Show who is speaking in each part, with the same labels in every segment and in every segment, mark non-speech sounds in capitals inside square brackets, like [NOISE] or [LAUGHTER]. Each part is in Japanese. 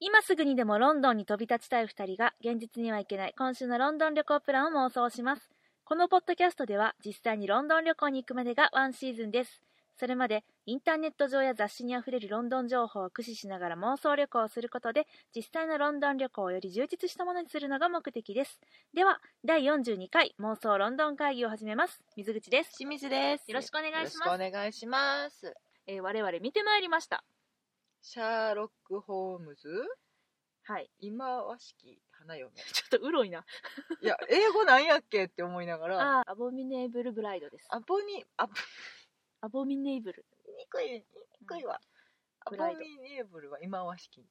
Speaker 1: 今すぐにでもロンドンに飛び立ちたい2人が現実には行けない今週のロンドン旅行プランを妄想しますこのポッドキャストでは実際にロンドン旅行に行くまでがワンシーズンですそれまでインターネット上や雑誌にあふれるロンドン情報を駆使しながら妄想旅行をすることで実際のロンドン旅行をより充実したものにするのが目的ですでは第42回妄想ロンドン会議を始めます水口です
Speaker 2: 清水です。
Speaker 1: よろしくお願いします
Speaker 2: よろしくお願いします。
Speaker 1: えー我々見てまいりました
Speaker 2: シャーロック・ホームズ、
Speaker 1: はい
Speaker 2: 今和式花嫁。
Speaker 1: ちょっとうろいない
Speaker 2: や、英語なんやっけって思いながら、
Speaker 1: あーアボミネーブルブライドです
Speaker 2: アボに、アボ、
Speaker 1: アボミネーブル
Speaker 2: にくい、にくいわ。ア
Speaker 1: ブ
Speaker 2: ボ
Speaker 1: ライド
Speaker 2: ミネーブルは今和式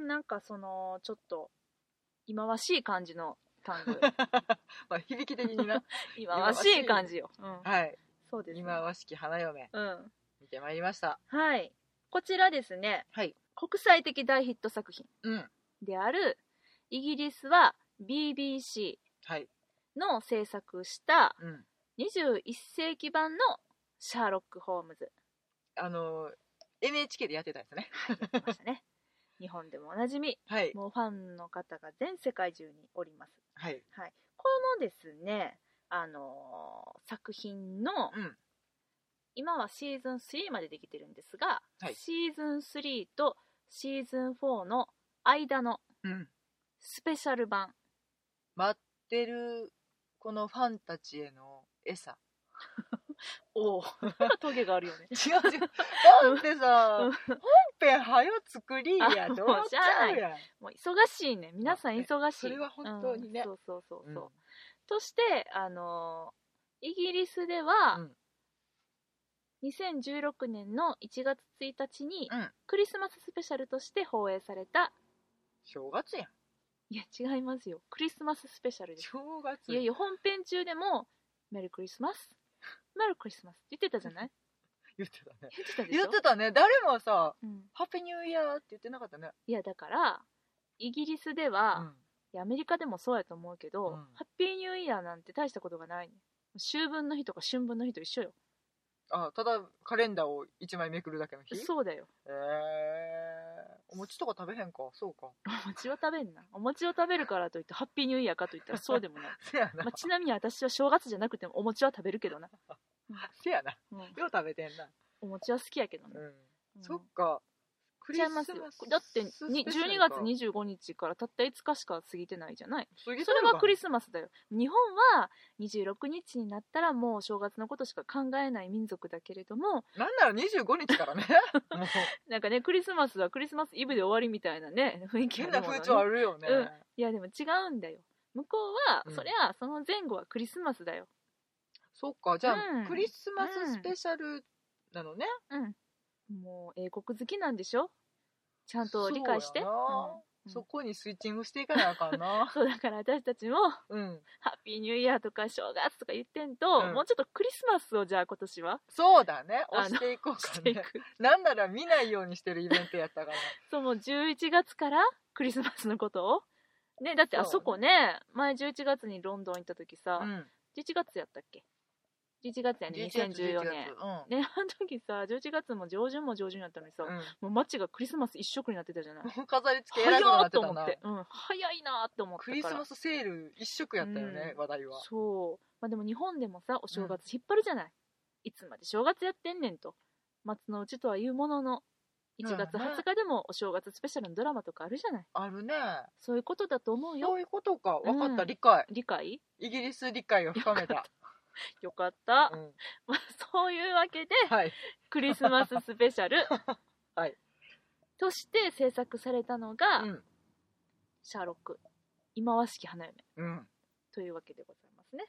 Speaker 1: うん、なんかそのちょっと忌まわしい感じの単 [LAUGHS] 語
Speaker 2: なの。 [LAUGHS] まあ、響き的
Speaker 1: [LAUGHS]
Speaker 2: にな。
Speaker 1: 忌まわしい感じよ、うん、
Speaker 2: はい。
Speaker 1: そうですね
Speaker 2: 今和式花嫁、
Speaker 1: うん
Speaker 2: 見てまいりました。
Speaker 1: はいこちらですね
Speaker 2: はい。
Speaker 1: 国際的大ヒット作品
Speaker 2: うん。
Speaker 1: であるイギリスは BBC
Speaker 2: はい。
Speaker 1: の制作した
Speaker 2: うん。
Speaker 1: 21世紀版のシャーロック・ホーム [LAUGHS] ズ
Speaker 2: あの、NHK でやってたんですね。
Speaker 1: やってましたね日本でもおなじみ
Speaker 2: はい。
Speaker 1: もうファンの方が全世界中におります
Speaker 2: はい。
Speaker 1: はい、このですね、あのー作品の、
Speaker 2: うん
Speaker 1: 今はシーズン3までできてるんですが、
Speaker 2: はい
Speaker 1: シーズン3とシーズン4の間の
Speaker 2: うん。
Speaker 1: スペシャル版
Speaker 2: 待ってる、このファンたちへの餌。
Speaker 1: おお [LAUGHS] トゲがあるよ
Speaker 2: [LAUGHS]
Speaker 1: ね
Speaker 2: 違う
Speaker 1: [LAUGHS]
Speaker 2: 違う。なんでさ、本編はよ作りや、
Speaker 1: あ
Speaker 2: どうちゃうやん。
Speaker 1: もう忙しいね皆さん忙しい
Speaker 2: それは本当に
Speaker 1: う
Speaker 2: ね
Speaker 1: んそうそうそうそう、
Speaker 2: うん
Speaker 1: そしてあのーイギリスでは、
Speaker 2: うん
Speaker 1: 2016年の1月1日に、
Speaker 2: うん
Speaker 1: クリスマススペシャルとして放映された
Speaker 2: 正月やん。
Speaker 1: いや違いますよクリスマススペシャルです
Speaker 2: 正月
Speaker 1: いやいや本編中でも「メリークリスマス」「メリークリスマス」って言ってたじゃない
Speaker 2: 言ってたね。
Speaker 1: 言ってたでし
Speaker 2: 言
Speaker 1: ょ
Speaker 2: ってたね。誰もさ、
Speaker 1: うん、
Speaker 2: ハッピーニューイヤーって言ってなかったね。
Speaker 1: いやだからイギリスで
Speaker 2: う
Speaker 1: は、
Speaker 2: ん
Speaker 1: いやアメリカでもそうやと思うけど、
Speaker 2: うん
Speaker 1: ハッピーニューイヤーなんて大したことがない、ね、秋分の日とか春分の日と一緒よ
Speaker 2: あ、ただカレンダーを一枚めくるだけの日。
Speaker 1: そうだよ
Speaker 2: えーお餅とか食べへんか。そうか。
Speaker 1: お餅を食べんなお餅を食べるからといってハッピーニューイヤーかといったらそうでもない、
Speaker 2: せ [LAUGHS] や
Speaker 1: ま
Speaker 2: な
Speaker 1: あ、。ちなみに私は正月じゃなくてもお餅は食べるけどな、
Speaker 2: せやな。
Speaker 1: うん
Speaker 2: よう食べてんな。
Speaker 1: お餅は好きやけどね、
Speaker 2: うん。
Speaker 1: うん
Speaker 2: そっか。ク
Speaker 1: ちゃいますよだってに12月25日からたった5日しか過ぎてないじゃない
Speaker 2: それ
Speaker 1: それはクリスマスだよ日本は26日になったらもう正月のことしか考えない民族だけれども
Speaker 2: なんなら25日か
Speaker 1: [LAUGHS]
Speaker 2: らね。もう
Speaker 1: なんかねクリスマスはクリスマスイブで終わりみたいなね雰囲気
Speaker 2: 変
Speaker 1: がる
Speaker 2: な
Speaker 1: ものね
Speaker 2: 風潮あるよね。
Speaker 1: うんいやでも違うんだよ向こうは、
Speaker 2: うん
Speaker 1: そりゃその前後はクリスマスだよ
Speaker 2: そっか、じゃあ、
Speaker 1: うん
Speaker 2: クリスマススペシャルなのね。
Speaker 1: もう英国好きなんでしょちゃんと理解して
Speaker 2: そうやな
Speaker 1: うん
Speaker 2: そこにスイッチングしていかなあか
Speaker 1: [LAUGHS]
Speaker 2: んな。
Speaker 1: そうだから私たちも
Speaker 2: うん。
Speaker 1: ハッピーニューイヤーとか正月とか言ってんと、
Speaker 2: うん
Speaker 1: もうちょっとクリスマスをじゃあ今年は
Speaker 2: そうだね。
Speaker 1: あの
Speaker 2: 押していこう
Speaker 1: し
Speaker 2: か
Speaker 1: ていく、
Speaker 2: ね。なんなら見ないようにしてるイベント
Speaker 1: [LAUGHS]
Speaker 2: やったから。
Speaker 1: そうもう11月からクリスマスのことをねだってあ
Speaker 2: そう
Speaker 1: そこね前11月にロンドン行った時さ、
Speaker 2: うん。
Speaker 1: 11月やったっけ11月やね
Speaker 2: 11月
Speaker 1: 2014年。ねあの時さ11月も上旬も上旬やったのにさ、
Speaker 2: 11月うん。
Speaker 1: もう街がクリスマス一色になってたじゃない
Speaker 2: もう飾り付け
Speaker 1: 早
Speaker 2: 偉くな
Speaker 1: ー
Speaker 2: っ
Speaker 1: ってと
Speaker 2: た
Speaker 1: 思っ
Speaker 2: な。
Speaker 1: て、うん、早いなーって思ったから
Speaker 2: クリスマスセール一色やったよね、
Speaker 1: うん
Speaker 2: 話題は。
Speaker 1: そうまあでも日本でもさお正月引っ張るじゃない、いつまで正月やってんねんと松の内とは言うものの1月
Speaker 2: うんね
Speaker 1: 20日でもお正月スペシャルのドラマとかあるじゃない
Speaker 2: あるね。
Speaker 1: そういうことだと思うよ
Speaker 2: そういうことか。分かった、
Speaker 1: うん
Speaker 2: 理解。
Speaker 1: 理解
Speaker 2: イギリス理解を深めた。
Speaker 1: よかった、
Speaker 2: うん、
Speaker 1: まあ、そういうわ
Speaker 2: [LAUGHS]
Speaker 1: けで
Speaker 2: はい。
Speaker 1: クリスマススペシャル、
Speaker 2: [LAUGHS] はい
Speaker 1: として制作されたのが「
Speaker 2: うん。
Speaker 1: シャーロック忌まわしき花嫁
Speaker 2: うん。」
Speaker 1: というわけでございますね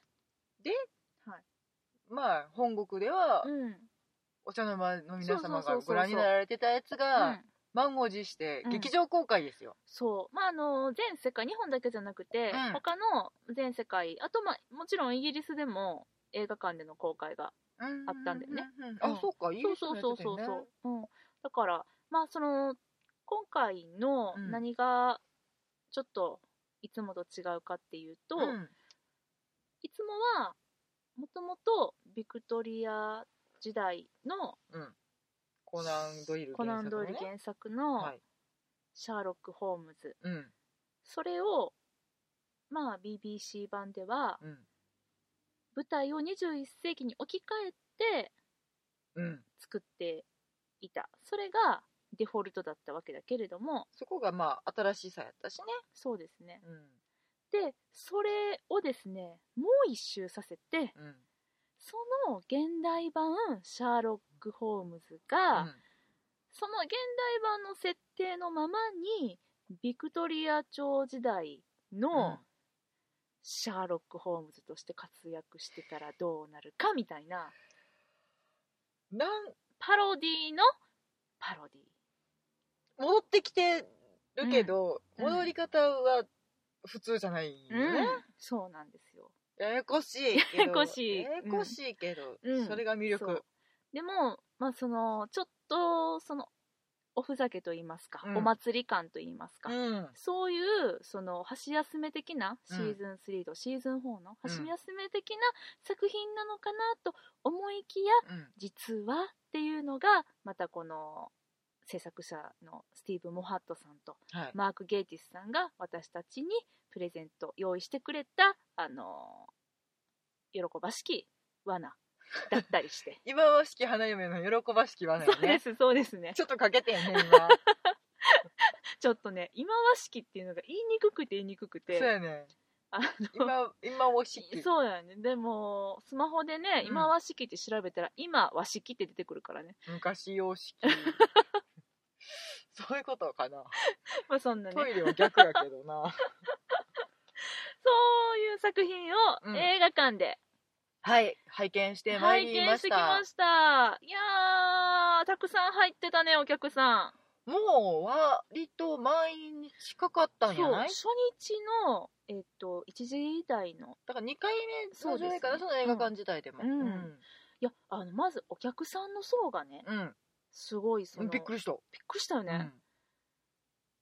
Speaker 2: まあ、本国では、
Speaker 1: うん、うん
Speaker 2: お茶の間の皆様
Speaker 1: そうそうそうそ
Speaker 2: が
Speaker 1: う
Speaker 2: ご覧になられてたやつが満を持して
Speaker 1: うん
Speaker 2: 劇場公開ですよ、
Speaker 1: そうまああの全世界日本だけじゃなくて、
Speaker 2: うん
Speaker 1: 他の全世界あとまあもちろんイギリスでも映画館での公開があったんだよね
Speaker 2: うんうんうん
Speaker 1: うん
Speaker 2: あそうかいい
Speaker 1: そう
Speaker 2: 人
Speaker 1: そ
Speaker 2: も
Speaker 1: う
Speaker 2: や
Speaker 1: そう
Speaker 2: ってた
Speaker 1: そう
Speaker 2: よね
Speaker 1: そう、うん、だからまあその今回の
Speaker 2: うん
Speaker 1: 何がちょっといつもと違うかっていうと、
Speaker 2: うん
Speaker 1: いつもはもともとビクトリア時代の
Speaker 2: コナンドイル
Speaker 1: コナンドイル
Speaker 2: 原作のね
Speaker 1: 原作の
Speaker 2: はい
Speaker 1: シャーロック・ホームズ
Speaker 2: うん
Speaker 1: それをまあ BBC 版では
Speaker 2: うん
Speaker 1: 舞台を21世紀に置き換えて
Speaker 2: うん
Speaker 1: 作っていたそれがデフォルトだったわけだけれども
Speaker 2: そこがまあ新しさやったしね
Speaker 1: そうですね
Speaker 2: うん
Speaker 1: でそれをですねもう一周させて
Speaker 2: うん
Speaker 1: その現代版シャーロック・ホームズ
Speaker 2: う
Speaker 1: が、
Speaker 2: ん
Speaker 1: その現代版の設定のままにビクトリア朝時代
Speaker 2: うん
Speaker 1: のシャーロック・ホームズとして活躍してたらどうなるかみたいな
Speaker 2: なん
Speaker 1: パロディのパロディ
Speaker 2: 戻ってきてるけど、
Speaker 1: うん
Speaker 2: 戻り方は普通じゃないよね、
Speaker 1: そうなんですよ
Speaker 2: ややこしいけど
Speaker 1: ややこしい
Speaker 2: ややこしいけど、
Speaker 1: うん
Speaker 2: それが魅
Speaker 1: そう
Speaker 2: 力
Speaker 1: でも、まあ、そのちょっとそのおふざけと言いますか、
Speaker 2: うん
Speaker 1: お祭り感と言いますか、
Speaker 2: うん
Speaker 1: そういうその箸休め的なシーズン3とシーズン4の箸休め的な作品なのかなと思いきや
Speaker 2: うん
Speaker 1: 実はっていうのがまたこの制作者のスティーブ・モハットさんと
Speaker 2: はい、
Speaker 1: マーク・ゲイティスさんが私たちにプレゼント用意してくれたあの喜ばしき罠だったりして
Speaker 2: [LAUGHS] 今は式花嫁の喜ばしきはない
Speaker 1: そうで
Speaker 2: ね
Speaker 1: すそうですね
Speaker 2: ちょっとかけてん
Speaker 1: [LAUGHS]
Speaker 2: ね今
Speaker 1: ちょっとね忌まわしきっていうのが言いにくくて言いにくく
Speaker 2: そう
Speaker 1: て
Speaker 2: やね
Speaker 1: あの
Speaker 2: 今今は式
Speaker 1: そうやねでもスマホでね
Speaker 2: うん
Speaker 1: 「今和式」って調べたら「今和式」って出てくるからね [LAUGHS]
Speaker 2: 昔様式そういうことかな
Speaker 1: まあそんなね
Speaker 2: トイレは逆やけ
Speaker 1: [LAUGHS]
Speaker 2: どな
Speaker 1: そういう作品を
Speaker 2: うん
Speaker 1: 映画館で
Speaker 2: はい拝見してまい
Speaker 1: 拝
Speaker 2: り
Speaker 1: 見
Speaker 2: ま
Speaker 1: して
Speaker 2: し
Speaker 1: き
Speaker 2: た
Speaker 1: ましたいやーたくさん入ってたねお客さん
Speaker 2: もう割と満員に近かったんじ
Speaker 1: そ
Speaker 2: ゃ
Speaker 1: う
Speaker 2: ない
Speaker 1: 初日の、えっと1時台の
Speaker 2: だから2回目の上映かなそ,、
Speaker 1: そう
Speaker 2: の
Speaker 1: ですね
Speaker 2: 映画館自体でも
Speaker 1: う
Speaker 2: うんん、
Speaker 1: いやあのまずお客さんの層がね
Speaker 2: うん
Speaker 1: すごいその
Speaker 2: びっくりした、
Speaker 1: びっくりしたよね、
Speaker 2: うん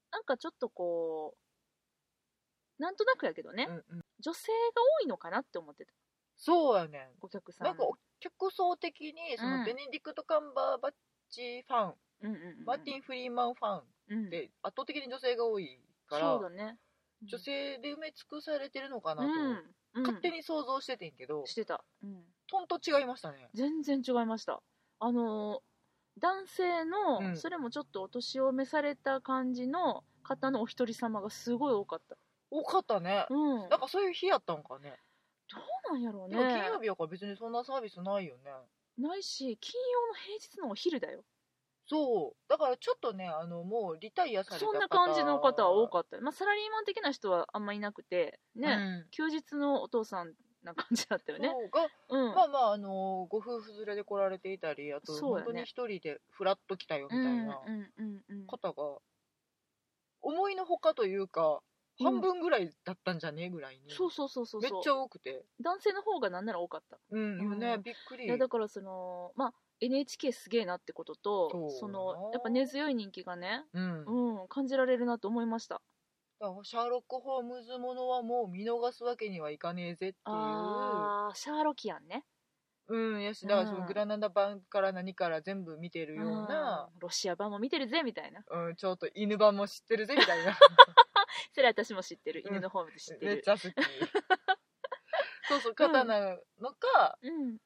Speaker 1: なんかちょっとこうなんとなくやけどね、
Speaker 2: うんうん
Speaker 1: 女性が多いのかなって思ってた
Speaker 2: そうやね
Speaker 1: お客さん
Speaker 2: なんかお客層的にその、
Speaker 1: うん
Speaker 2: ベネディクト・カンバーバッチファン
Speaker 1: うんうんうん
Speaker 2: マーティン・フリーマンファンっ
Speaker 1: うん
Speaker 2: て圧倒的に女性が多いから、
Speaker 1: そうだね
Speaker 2: 女性で埋め尽くされてるのかな
Speaker 1: うん、
Speaker 2: と、
Speaker 1: うん、
Speaker 2: 勝手に想像しててんけど、
Speaker 1: してた、うん、
Speaker 2: とんと違いましたね
Speaker 1: 全然違いましたあのー男性の、
Speaker 2: うん
Speaker 1: それもちょっとお年を召された感じの方のお一人様がすごい多かった
Speaker 2: 多かったね、
Speaker 1: うん
Speaker 2: なんかそういう日やったんかね
Speaker 1: そうなんやろう
Speaker 2: で
Speaker 1: ね
Speaker 2: も金曜日やから別にそんなサービスないよね
Speaker 1: ないし金曜の平日のお昼だよ
Speaker 2: そうだからちょっとねあのもうリタイアされた
Speaker 1: そんな感じの方は多
Speaker 2: っ
Speaker 1: かった、まあ、サラリーマン的な人はあんまいなくてね、休日のお父さんな感じだったよね
Speaker 2: そうが
Speaker 1: うん、
Speaker 2: まあまあ、あのご夫婦連れで来られていたりあと、
Speaker 1: そうや
Speaker 2: 本
Speaker 1: ね
Speaker 2: 当に一人でフラッと来たよみ
Speaker 1: うん
Speaker 2: た
Speaker 1: う
Speaker 2: い
Speaker 1: ん
Speaker 2: な
Speaker 1: うんうん
Speaker 2: 方が、思いのほかというか
Speaker 1: うん
Speaker 2: 半分ぐらいだったんじゃねえぐらいに、
Speaker 1: そうそうそうそう
Speaker 2: めっ
Speaker 1: そう
Speaker 2: ちゃ多くて
Speaker 1: 男性の方がなんなら多かった
Speaker 2: うんよね、
Speaker 1: うん
Speaker 2: びっく
Speaker 1: い
Speaker 2: り
Speaker 1: やだからそのまあ NHK すげえなってことと
Speaker 2: そうやな
Speaker 1: そのやっぱ根強い人気がね、
Speaker 2: うん、だか
Speaker 1: うん、感じられるなと思いました
Speaker 2: らシャーロック・ホームズものはもう見逃すわけにはいかねえぜっていう
Speaker 1: ああシャーロキアンね
Speaker 2: うんやしだからそ
Speaker 1: うん
Speaker 2: のグラナダ版から何から全部見てるような、
Speaker 1: うんロシア版も見てるぜみたいな
Speaker 2: うんちょっと犬版も知ってるぜみたいな
Speaker 1: それ私も知ってる
Speaker 2: うん
Speaker 1: 犬のホームズ [LAUGHS] 知って
Speaker 2: めっ
Speaker 1: る [LAUGHS]
Speaker 2: ち、ゃ好きそうそう方なのか、
Speaker 1: うん、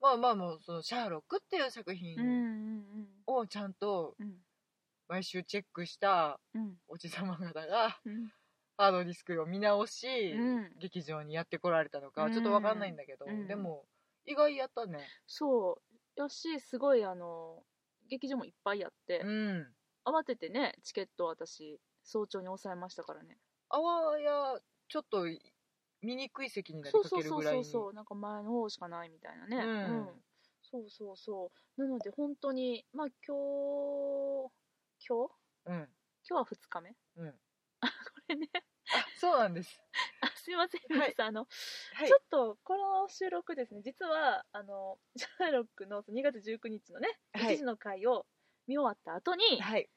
Speaker 2: まあまあもうその「シャーロック」っていう作
Speaker 1: うんうん
Speaker 2: 品をちゃんと
Speaker 1: うん
Speaker 2: 毎週チェックした
Speaker 1: うん
Speaker 2: おじさま方が
Speaker 1: うん
Speaker 2: ハードディスクを見直し、
Speaker 1: うん
Speaker 2: 劇場にやってこられたのか
Speaker 1: うん
Speaker 2: ちょっとわかんないんだけど、
Speaker 1: うん
Speaker 2: でも意外やったね
Speaker 1: そうやしすごいあの劇場もいっぱいあって、
Speaker 2: うん
Speaker 1: 慌ててねチケットを私早朝に抑えましたからね
Speaker 2: あわやちょっと見にくい席になり
Speaker 1: そう
Speaker 2: か
Speaker 1: そう
Speaker 2: ける
Speaker 1: そう
Speaker 2: ぐらい
Speaker 1: そ
Speaker 2: に
Speaker 1: うそうなんか前の方しかないみたいなね
Speaker 2: うん
Speaker 1: そうそうそうなので本当にまあ今日今日
Speaker 2: うん
Speaker 1: 今日は2日目
Speaker 2: うん
Speaker 1: あこれね
Speaker 2: あそうなんです
Speaker 1: あすいません
Speaker 2: は
Speaker 1: 皆
Speaker 2: い
Speaker 1: さんあの、
Speaker 2: はい
Speaker 1: ちょっとこの収録ですね実はあの [LAUGHS] シャーロックの2月19日のね
Speaker 2: はい
Speaker 1: 1時の回を見終わった後に、
Speaker 2: はい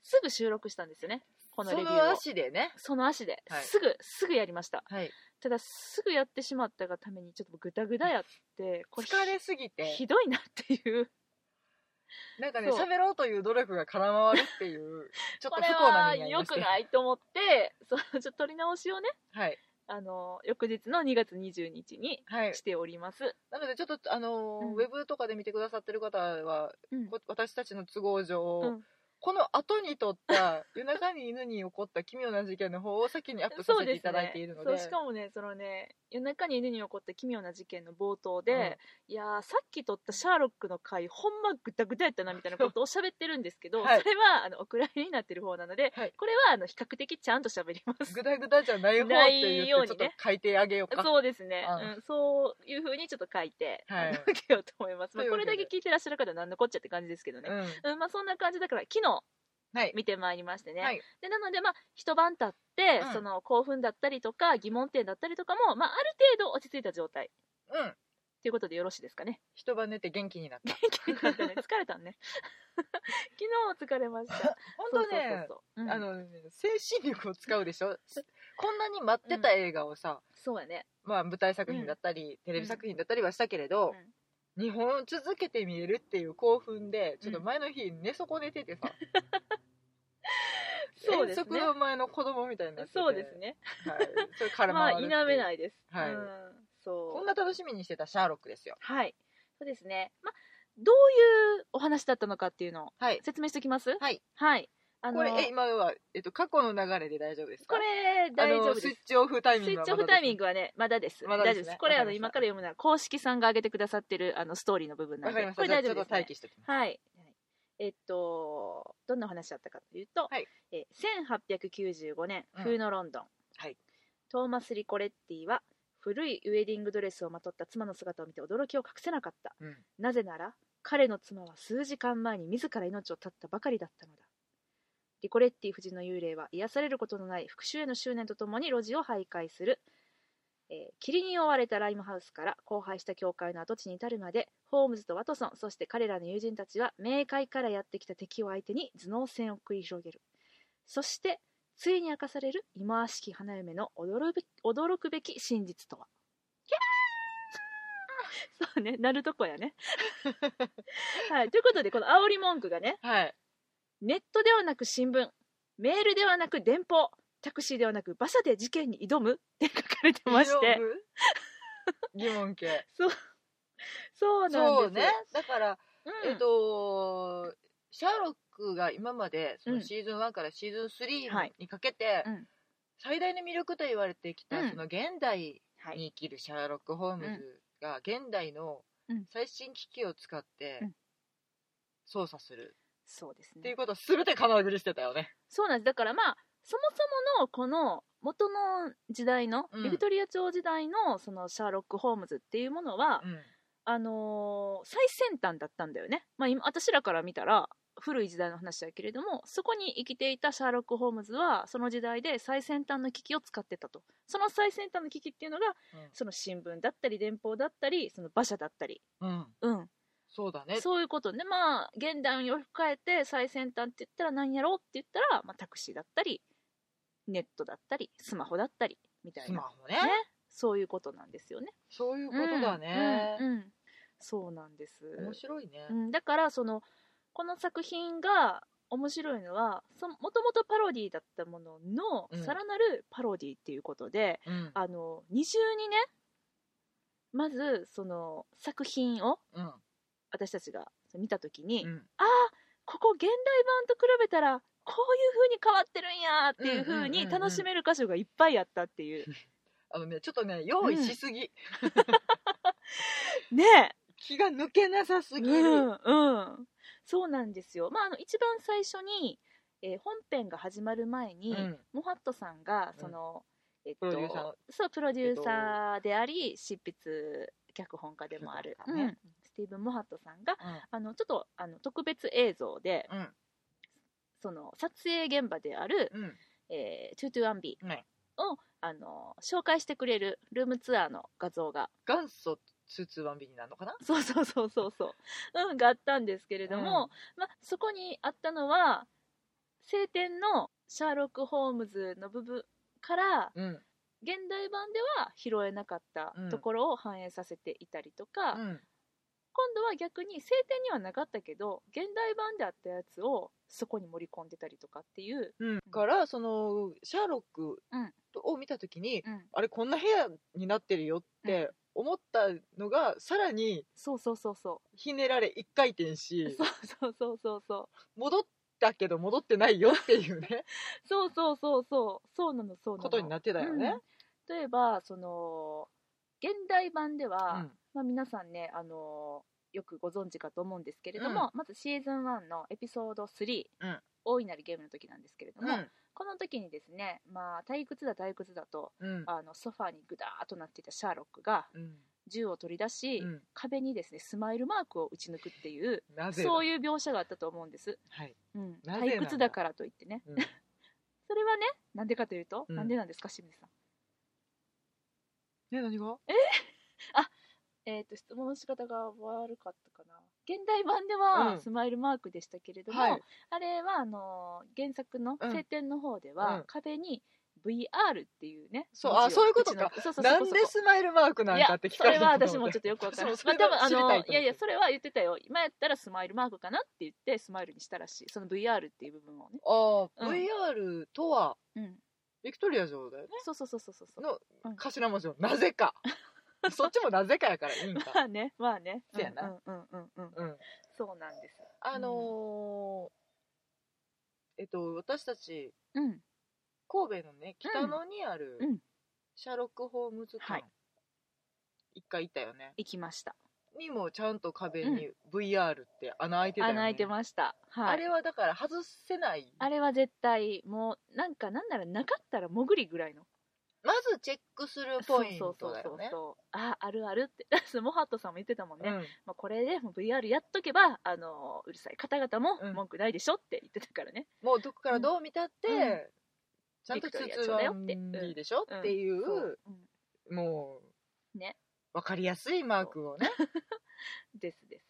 Speaker 1: すぐ収録したんですよねこのレ
Speaker 2: そ
Speaker 1: ビューを
Speaker 2: の足でね
Speaker 1: その足で、
Speaker 2: はい
Speaker 1: すぐすぐやりました
Speaker 2: はい
Speaker 1: ただすぐやってしまったがためにちょっとグダグダやってこれ
Speaker 2: 疲れすぎて
Speaker 1: ひどいなっていう
Speaker 2: なんかね
Speaker 1: そう
Speaker 2: 喋ろうという努力が空回るっ
Speaker 1: [LAUGHS]
Speaker 2: ていうちょっ
Speaker 1: ことれ
Speaker 2: 不幸な
Speaker 1: は
Speaker 2: 目に遭い
Speaker 1: 良
Speaker 2: まして
Speaker 1: くないと思ってそうちょっと取り直しをね
Speaker 2: はい
Speaker 1: あの翌日の2月20日に
Speaker 2: はい
Speaker 1: しております、
Speaker 2: なのでちょっとあのー
Speaker 1: うん
Speaker 2: ウェブとかで見てくださってる方は、
Speaker 1: うん
Speaker 2: こ私たちの都合上、
Speaker 1: うん
Speaker 2: この後に撮った夜中に犬に起こった奇妙な事件の方を先にアップさせていただいているので
Speaker 1: そうしかもねそのね夜中に犬に起こった奇妙な事件の冒頭で、いやーさっき撮ったシャーロックの回ほんまグダグダやったなみたいなことを喋ってるんですけど、
Speaker 2: はい
Speaker 1: それはあのお蔵入りになってる方なので、
Speaker 2: はい
Speaker 1: これはあの比較的ちゃんと喋ります
Speaker 2: グダグダじゃない方って
Speaker 1: ない
Speaker 2: 言
Speaker 1: よ
Speaker 2: っ
Speaker 1: う
Speaker 2: て
Speaker 1: に
Speaker 2: ちょ
Speaker 1: ね
Speaker 2: っと書いてあげようか
Speaker 1: そうですね、
Speaker 2: うん
Speaker 1: うん、そういうふうにちょっと書いて、
Speaker 2: はい
Speaker 1: あの受 [LAUGHS] けようと思います、まあ、
Speaker 2: という
Speaker 1: こ
Speaker 2: わ
Speaker 1: れ
Speaker 2: けで
Speaker 1: だけ聞いてらっしゃる方は何のこっちゃって感じですけどね、
Speaker 2: うん
Speaker 1: うんまあ、そんな感じだから昨日
Speaker 2: はい
Speaker 1: 見てまいりましてね、
Speaker 2: はい
Speaker 1: でなので、まあ、一晩経って、
Speaker 2: うん
Speaker 1: その興奮だったりとか疑問点だったりとかも、まあ、ある程度落ち着いた状態
Speaker 2: うん
Speaker 1: ということでよろしいですか
Speaker 2: [LAUGHS]
Speaker 1: ね
Speaker 2: 一晩寝て元気になった
Speaker 1: 元気になったね疲れたね [LAUGHS] 昨日疲れました
Speaker 2: 本当ね
Speaker 1: そうそうそうそううん
Speaker 2: あの精神力を使うでしょこんなに待ってた映画をさ、
Speaker 1: そうやね
Speaker 2: まあ、舞台作品だったり、テレビ作品だったりはしたけれど、日本続けて見えるっていう興奮でちょっと前の日寝損寝ててさ、
Speaker 1: そうですね
Speaker 2: 遠足の前の子供みたいになってて
Speaker 1: そうですね
Speaker 2: はい、それから
Speaker 1: まあ
Speaker 2: 回
Speaker 1: 否
Speaker 2: るっていう
Speaker 1: めないです、
Speaker 2: はい
Speaker 1: うん、そう
Speaker 2: こんな楽しみにしてたシャーロックですよ
Speaker 1: はい。そうですね。まあ、どういうお話だったのかっていうのを
Speaker 2: はい
Speaker 1: 説明しておきます。
Speaker 2: はい。
Speaker 1: はい。あの、
Speaker 2: これえ今は、えっと、過去の流れで大丈夫ですか
Speaker 1: これ大丈夫です
Speaker 2: あのスイッ。チオフタイミン
Speaker 1: スイ
Speaker 2: グ
Speaker 1: ッ
Speaker 2: は
Speaker 1: チオフタイミン
Speaker 2: グ
Speaker 1: グはね、まだです。
Speaker 2: まだ
Speaker 1: 大
Speaker 2: です
Speaker 1: 丈
Speaker 2: ね
Speaker 1: 夫です。これ、あ
Speaker 2: わか
Speaker 1: の、
Speaker 2: り
Speaker 1: 今
Speaker 2: ました
Speaker 1: から読むのは、公式さんが上げてくださってる、あの、ストーリーの部分な
Speaker 2: わ
Speaker 1: ん
Speaker 2: か
Speaker 1: で
Speaker 2: りま、し
Speaker 1: こ
Speaker 2: た
Speaker 1: れ
Speaker 2: じゃあ
Speaker 1: 大丈
Speaker 2: ちょ
Speaker 1: 夫
Speaker 2: っ
Speaker 1: で
Speaker 2: と
Speaker 1: す、
Speaker 2: 待
Speaker 1: ね。
Speaker 2: 機しておきます
Speaker 1: はい。えっと、どんなお話だったかというと、
Speaker 2: はい
Speaker 1: えー1895年、
Speaker 2: うん
Speaker 1: 冬のロンドン、
Speaker 2: はい
Speaker 1: トーマス・リコレッティは、古いウェディングドレスをまとった妻の姿を見て驚きを隠せなかった。
Speaker 2: うん
Speaker 1: なぜなら彼の妻は数時間前に自ら命を絶ったばかりだったのだリコレッティ夫人の幽霊は癒されることのない復讐への執念とともに路地を徘徊する、えー霧に覆われたライムハウスから荒廃した教会の跡地に至るまでホームズとワトソンそして彼らの友人たちは冥界からやってきた敵を相手に頭脳戦を繰り広げるそしてついに明かされる忌まわしき花嫁の驚べ驚くべき真実とはキャー [LAUGHS] そうねなるとこやねはい、ということでこの煽り文句がね
Speaker 2: はい
Speaker 1: ネットではなく新聞メールではなく電報タクシーではなく馬車で事件に挑むって書かれてまして
Speaker 2: 疑問系
Speaker 1: そうそうな
Speaker 2: そうん
Speaker 1: です
Speaker 2: ねだから
Speaker 1: うん
Speaker 2: えっと、シャーロックが今までそうの
Speaker 1: ん
Speaker 2: シーズン1からシーズン
Speaker 1: はい
Speaker 2: 3にかけて
Speaker 1: うん
Speaker 2: 最大の魅力と言われてきた、
Speaker 1: うん
Speaker 2: その現代
Speaker 1: はい、
Speaker 2: に生きるシャーロック・ホームズが現代の
Speaker 1: うん
Speaker 2: 最新機器を使って
Speaker 1: うん
Speaker 2: 操作する
Speaker 1: そうです
Speaker 2: ってい
Speaker 1: ね
Speaker 2: うことを全て金繰りしてたよね。
Speaker 1: そうなんですだからまあそもそものこの元の時代の、
Speaker 2: うん
Speaker 1: ビクトリア朝時代のそのシャーロック・ホームズっていうものは、
Speaker 2: うん
Speaker 1: あのー最先端だったんだよね、まあ、今私らから見たら古い時代の話だけれどもそこに生きていたシャーロック・ホームズはその時代で最先端の機器を使ってたとその最先端の機器っていうのがその新聞だったり電報だったりその馬車だったり、
Speaker 2: うんうん
Speaker 1: うん、
Speaker 2: そうだね
Speaker 1: そういうことねまあ現代に置き換えて最先端って言ったら何やろうって言ったら、まあ、タクシーだったりネットだったりスマホだったりみたい
Speaker 2: ス
Speaker 1: な
Speaker 2: マホね
Speaker 1: ねそういうことなんですよね。
Speaker 2: そういうことだね
Speaker 1: う、んうんうんそうなんです
Speaker 2: 面白いね、
Speaker 1: うん、だからそのこの作品が面白いのはそもともとパロディだったものの、
Speaker 2: うん
Speaker 1: さらなるパロディっていうことで
Speaker 2: うん
Speaker 1: あの二重にねまずその作品を
Speaker 2: うん
Speaker 1: 私たちが見た時に、
Speaker 2: うん
Speaker 1: ああここ現代版と比べたらこういう風に変わってるんやーっていう風
Speaker 2: うんうんうん
Speaker 1: に
Speaker 2: うん
Speaker 1: 楽しめる箇所がいっぱいあったって
Speaker 2: [LAUGHS]
Speaker 1: いう、
Speaker 2: あのねちょっとね用意しすぎ、
Speaker 1: ねえ
Speaker 2: 気が抜けなさすぎ
Speaker 1: う
Speaker 2: る、
Speaker 1: ん、うん、そうなんですよ、まあ、あの一番最初に、えー本編が始まる前に、
Speaker 2: うん
Speaker 1: モハットさんが
Speaker 2: うん
Speaker 1: その、えっ
Speaker 2: プロデューサー
Speaker 1: そうプロデューサーであり、執筆脚本家でもある、
Speaker 2: 脚本家ね
Speaker 1: うんスティーブン・モハットさんが
Speaker 2: うん
Speaker 1: あのちょっとあの特別映像で、
Speaker 2: うん
Speaker 1: その撮影現場である、
Speaker 2: うん
Speaker 1: えー、トゥートゥアンビ
Speaker 2: はい
Speaker 1: を、あの紹介してくれるルームツアーの画像が [LAUGHS]
Speaker 2: 元祖ツーツーワンビになるのかな
Speaker 1: そうそうそうそうそう、うん、があったんですけれども、まあ、そこにあったのは晴天のシャーロック・ホームズの部分から
Speaker 2: うん、
Speaker 1: 現代版では拾えなかったところを反映させていたりとか、
Speaker 2: うん、
Speaker 1: 今度は逆に聖典にはなかったけど現代版であったやつをそこに盛り込んでたりとかっていう、
Speaker 2: うん、からそのシャーロック
Speaker 1: うん
Speaker 2: を見た時に、
Speaker 1: うん、
Speaker 2: あれこんな部屋になってるよって思ったのが、さらに
Speaker 1: そうそうそうそ
Speaker 2: ひねられ一回転
Speaker 1: う
Speaker 2: し
Speaker 1: そうそうそうそうそう
Speaker 2: 戻ったけど戻ってないよってい
Speaker 1: [LAUGHS]
Speaker 2: うね
Speaker 1: そうそうそうそうそうなのそうなの
Speaker 2: ことになってたよね。
Speaker 1: うん例えばその現代版で
Speaker 2: う
Speaker 1: は、
Speaker 2: ん
Speaker 1: まあ、皆さんね、あのーよくご存知かと思うんですけれども、まずシーズン1のエピソード3、
Speaker 2: うん
Speaker 1: 大いなるゲームの時なんですけれども、
Speaker 2: う
Speaker 1: この時にですね、まあ、退屈だ退屈だと
Speaker 2: ん
Speaker 1: あのソファーにぐだーっとなっていたシャーロックが
Speaker 2: うん
Speaker 1: 銃を取り出し、
Speaker 2: うん
Speaker 1: 壁にですねスマイルマークを打ち抜くっていう
Speaker 2: なぜだ
Speaker 1: そういう描写があったと思うんです、
Speaker 2: はい
Speaker 1: うん、
Speaker 2: なぜなんだ
Speaker 1: 退屈だからといってね
Speaker 2: うん
Speaker 1: [LAUGHS] それはねなんでかというと、
Speaker 2: うん
Speaker 1: なんでなんですか清水さん
Speaker 2: ね何が
Speaker 1: えっ、と質問の仕方が悪かったかな現代版では、
Speaker 2: うん
Speaker 1: スマイルマークでしたけれども、
Speaker 2: はい
Speaker 1: あれはあのー原作の
Speaker 2: うん
Speaker 1: 晴天の方では、
Speaker 2: うん
Speaker 1: 壁に VR っていうね
Speaker 2: そう
Speaker 1: 文字を
Speaker 2: あそういうことか
Speaker 1: 打ちのそうそう
Speaker 2: な
Speaker 1: そこ
Speaker 2: ん
Speaker 1: そ
Speaker 2: で
Speaker 1: こ
Speaker 2: スマイルマークなんかって聞かれ
Speaker 1: いやそれは私もちょっ
Speaker 2: っ
Speaker 1: とよくわからない
Speaker 2: [LAUGHS] そ
Speaker 1: まあ
Speaker 2: うそれ
Speaker 1: 多
Speaker 2: は
Speaker 1: 分あ
Speaker 2: 知りたいと思っ
Speaker 1: の
Speaker 2: て
Speaker 1: いやいやそれは言ってたよ今やったらスマイルマークかなって言ってスマイルにしたらしいその VR っていう部分をね
Speaker 2: とああ、
Speaker 1: うん
Speaker 2: VR とは
Speaker 1: うん
Speaker 2: ビクトリア城だよね
Speaker 1: そうそうそうそうそうそう
Speaker 2: の
Speaker 1: うん
Speaker 2: 頭文字をなぜ
Speaker 1: [LAUGHS]
Speaker 2: かそっちもなぜかやからいいんか
Speaker 1: まあねまあね
Speaker 2: そうやな
Speaker 1: うんうんうんうんうん
Speaker 2: うん
Speaker 1: そうなんです
Speaker 2: あのーえっと私たち
Speaker 1: うん
Speaker 2: 神戸のね北野にある
Speaker 1: うん
Speaker 2: シャーロック・ホームズ
Speaker 1: は
Speaker 2: 館
Speaker 1: い
Speaker 2: 一回行ったよね
Speaker 1: 行きました
Speaker 2: にもちゃんと壁に VR って穴開いてたよ
Speaker 1: 穴
Speaker 2: ね
Speaker 1: 開いてましたはい
Speaker 2: あれはだから外せない
Speaker 1: あれは絶対もうなんかなんならなかったら潜りぐらいの
Speaker 2: まずチェックするポイン
Speaker 1: そうそ
Speaker 2: ト
Speaker 1: う
Speaker 2: だ
Speaker 1: そ
Speaker 2: よ
Speaker 1: う
Speaker 2: ね
Speaker 1: そうああるあるって [LAUGHS] モハットさんも言ってたもんね、
Speaker 2: うん
Speaker 1: まあ、これでもう VR やっとけばあのうるさい方々も
Speaker 2: うん
Speaker 1: 文句ないでしょって言ってたからね、
Speaker 2: もうどこからどう見たって、
Speaker 1: うん
Speaker 2: ちゃんと
Speaker 1: ビクトリア
Speaker 2: つ
Speaker 1: ちょうだよって
Speaker 2: まんでしょ
Speaker 1: うん
Speaker 2: っていう,、
Speaker 1: そううん
Speaker 2: もう
Speaker 1: ね
Speaker 2: 分かりやすいマークをね
Speaker 1: ですです。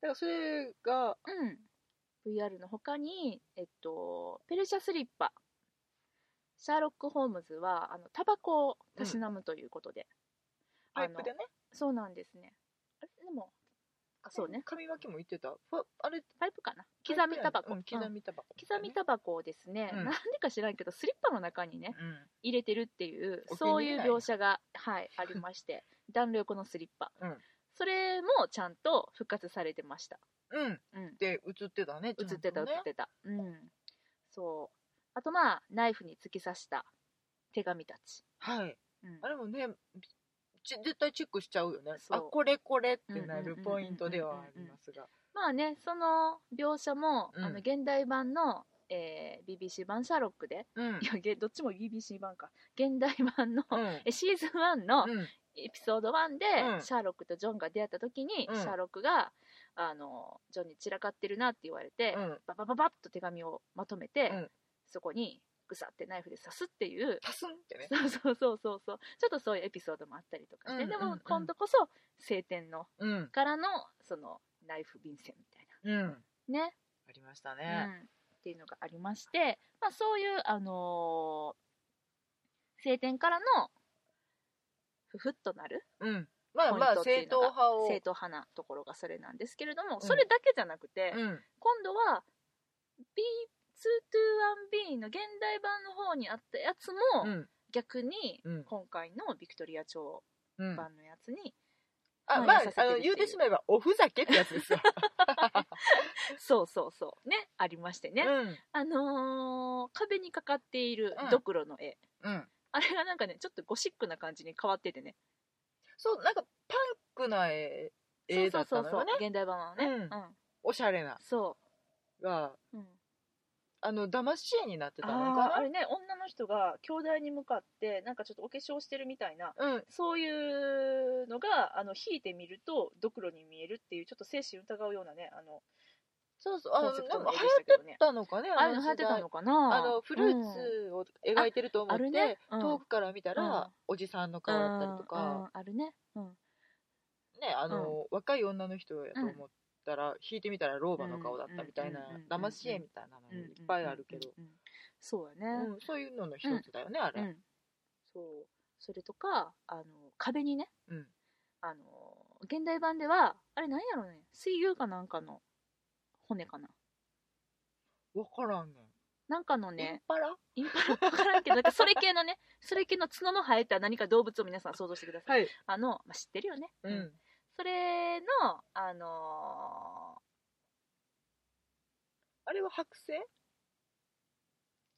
Speaker 2: だからそれが
Speaker 1: うん。VR の他に、えっと、ペルシャスリッパ。シャーロック・ホームズは、あの、タバコをたしなむということで。
Speaker 2: パイ
Speaker 1: あの
Speaker 2: プでね
Speaker 1: そうなんですね。あれでも、あそうね。
Speaker 2: 紙巻きも言ってたふわあれ
Speaker 1: パイプかな。刻みタバコ。
Speaker 2: うん刻みタバコ、
Speaker 1: うん刻みタバコをですね、
Speaker 2: うん
Speaker 1: なんでか知らんけど、スリッパの中にね、
Speaker 2: うん
Speaker 1: 入れてるっていう
Speaker 2: お気に
Speaker 1: そう
Speaker 2: 入り
Speaker 1: いう
Speaker 2: なんや
Speaker 1: 描写が、はい、ありまして
Speaker 2: [LAUGHS]
Speaker 1: 暖炉横のスリッパ、
Speaker 2: うん
Speaker 1: それもちゃんと復活されてました、
Speaker 2: うんっ
Speaker 1: うん、
Speaker 2: て映ってたねち
Speaker 1: 映
Speaker 2: ゃんとね
Speaker 1: ってた映ってた、うんそうあとまあナイフに突き刺した手紙たち、
Speaker 2: はい
Speaker 1: うん
Speaker 2: あれもねち絶対チェックしちゃうよね
Speaker 1: そう
Speaker 2: あこれこれってなるポイントではありますが
Speaker 1: まあねその描写も、
Speaker 2: うん
Speaker 1: あの現代版の、えー BBC 版シャーロックで
Speaker 2: うん
Speaker 1: いやげどっちも BBC 版か現代版の、
Speaker 2: うん
Speaker 1: えシーズン1の
Speaker 2: うん
Speaker 1: エピソード1で、
Speaker 2: うん
Speaker 1: シャーロックとジョンが出会った時に、
Speaker 2: うん
Speaker 1: シャーロックがあのジョンに散らかってるなって言われて、
Speaker 2: うん
Speaker 1: ババババッと手紙をまとめて、
Speaker 2: うん
Speaker 1: そこにぐさってナイフで刺すっていう、
Speaker 2: パスンってね
Speaker 1: そうそうそうそうそうちょっとそういうエピソードもあったりとかして、
Speaker 2: うん
Speaker 1: で
Speaker 2: うんう
Speaker 1: も
Speaker 2: ん
Speaker 1: 今度こそ晴天の
Speaker 2: うん
Speaker 1: からのそのナイフ便箋みたい
Speaker 2: うん
Speaker 1: なね、
Speaker 2: ありました
Speaker 1: う
Speaker 2: ね、
Speaker 1: ん、っていうのがありまして、まあ、そういう、あのー晴天からのふふっとなる
Speaker 2: うん、まあまあ
Speaker 1: ポイ
Speaker 2: 正
Speaker 1: ントっていう
Speaker 2: 統
Speaker 1: のが
Speaker 2: 派を
Speaker 1: 正統派なところがそれなんですけれども、
Speaker 2: ん
Speaker 1: それだけじゃなくて、
Speaker 2: うん
Speaker 1: 今度は B221B の現代版の方にあったやつも、
Speaker 2: うん
Speaker 1: 逆に
Speaker 2: うん
Speaker 1: 今回のビクトリア朝
Speaker 2: うん
Speaker 1: 版のやつに、
Speaker 2: あ
Speaker 1: 反映
Speaker 2: まあ
Speaker 1: させて
Speaker 2: あ
Speaker 1: るっ
Speaker 2: の
Speaker 1: ていう
Speaker 2: 言うてしまえばおふざけってやつですよ、
Speaker 1: そうそうそうねありま [LAUGHS] してね、
Speaker 2: うん
Speaker 1: あのー壁にかかっている
Speaker 2: うん
Speaker 1: ドクロの絵、
Speaker 2: うん、
Speaker 1: あれがなんかねちょっとゴシックな感じに変わっててね
Speaker 2: そうなんかパンクな絵絵だ
Speaker 1: そ
Speaker 2: っ
Speaker 1: うそ
Speaker 2: た
Speaker 1: うそう
Speaker 2: の
Speaker 1: そう
Speaker 2: よね
Speaker 1: 現代版はね、
Speaker 2: うんおしゃれな
Speaker 1: そ
Speaker 2: が
Speaker 1: う、うん、
Speaker 2: あの騙し絵になってたの
Speaker 1: あーあ
Speaker 2: か
Speaker 1: れね女の人が兄弟に向かってなんかちょっとお化粧してるみたいな
Speaker 2: なうん
Speaker 1: そういうのがあの引いてみるとドクロに見えるっていうちょっと精神疑うようなねあの
Speaker 2: そうそうあ
Speaker 1: コ
Speaker 2: の
Speaker 1: ンセ
Speaker 2: で
Speaker 1: プト
Speaker 2: も
Speaker 1: の
Speaker 2: 流
Speaker 1: 絵
Speaker 2: 行
Speaker 1: でした
Speaker 2: っ
Speaker 1: けどね
Speaker 2: てたのかね
Speaker 1: ああいうの流行ってたのかな
Speaker 2: あのフルー
Speaker 1: うん
Speaker 2: ツを描いてると思
Speaker 1: あ
Speaker 2: って、
Speaker 1: るね、うん
Speaker 2: 遠くから見たら、
Speaker 1: うん
Speaker 2: おじさんの顔だったりとか、
Speaker 1: うんうんあるね、うん、
Speaker 2: ねあの、若い女の人やと思ったら、引いてみたら老婆の顔だったみたいな、
Speaker 1: うんうんうん
Speaker 2: 騙し絵みたいなのいっぱいあるけど、
Speaker 1: うんうんうんそう
Speaker 2: う
Speaker 1: や
Speaker 2: ん
Speaker 1: ね、
Speaker 2: そういうのの一つだよね、あ
Speaker 1: う
Speaker 2: れ、
Speaker 1: んそうそれとかあの壁にね、
Speaker 2: うん
Speaker 1: あの現代版ではあれ何やろうね水牛かなんかの骨かな
Speaker 2: 分からんね
Speaker 1: なんかの
Speaker 2: んイン
Speaker 1: ね
Speaker 2: パラ
Speaker 1: インパラ分からんけどなんかそれ系のねそれ系の角の生えた何か動物を皆さん想像してください
Speaker 2: はい
Speaker 1: あの、まあ、知ってるよね、
Speaker 2: うん
Speaker 1: それのあの
Speaker 2: あれは剥製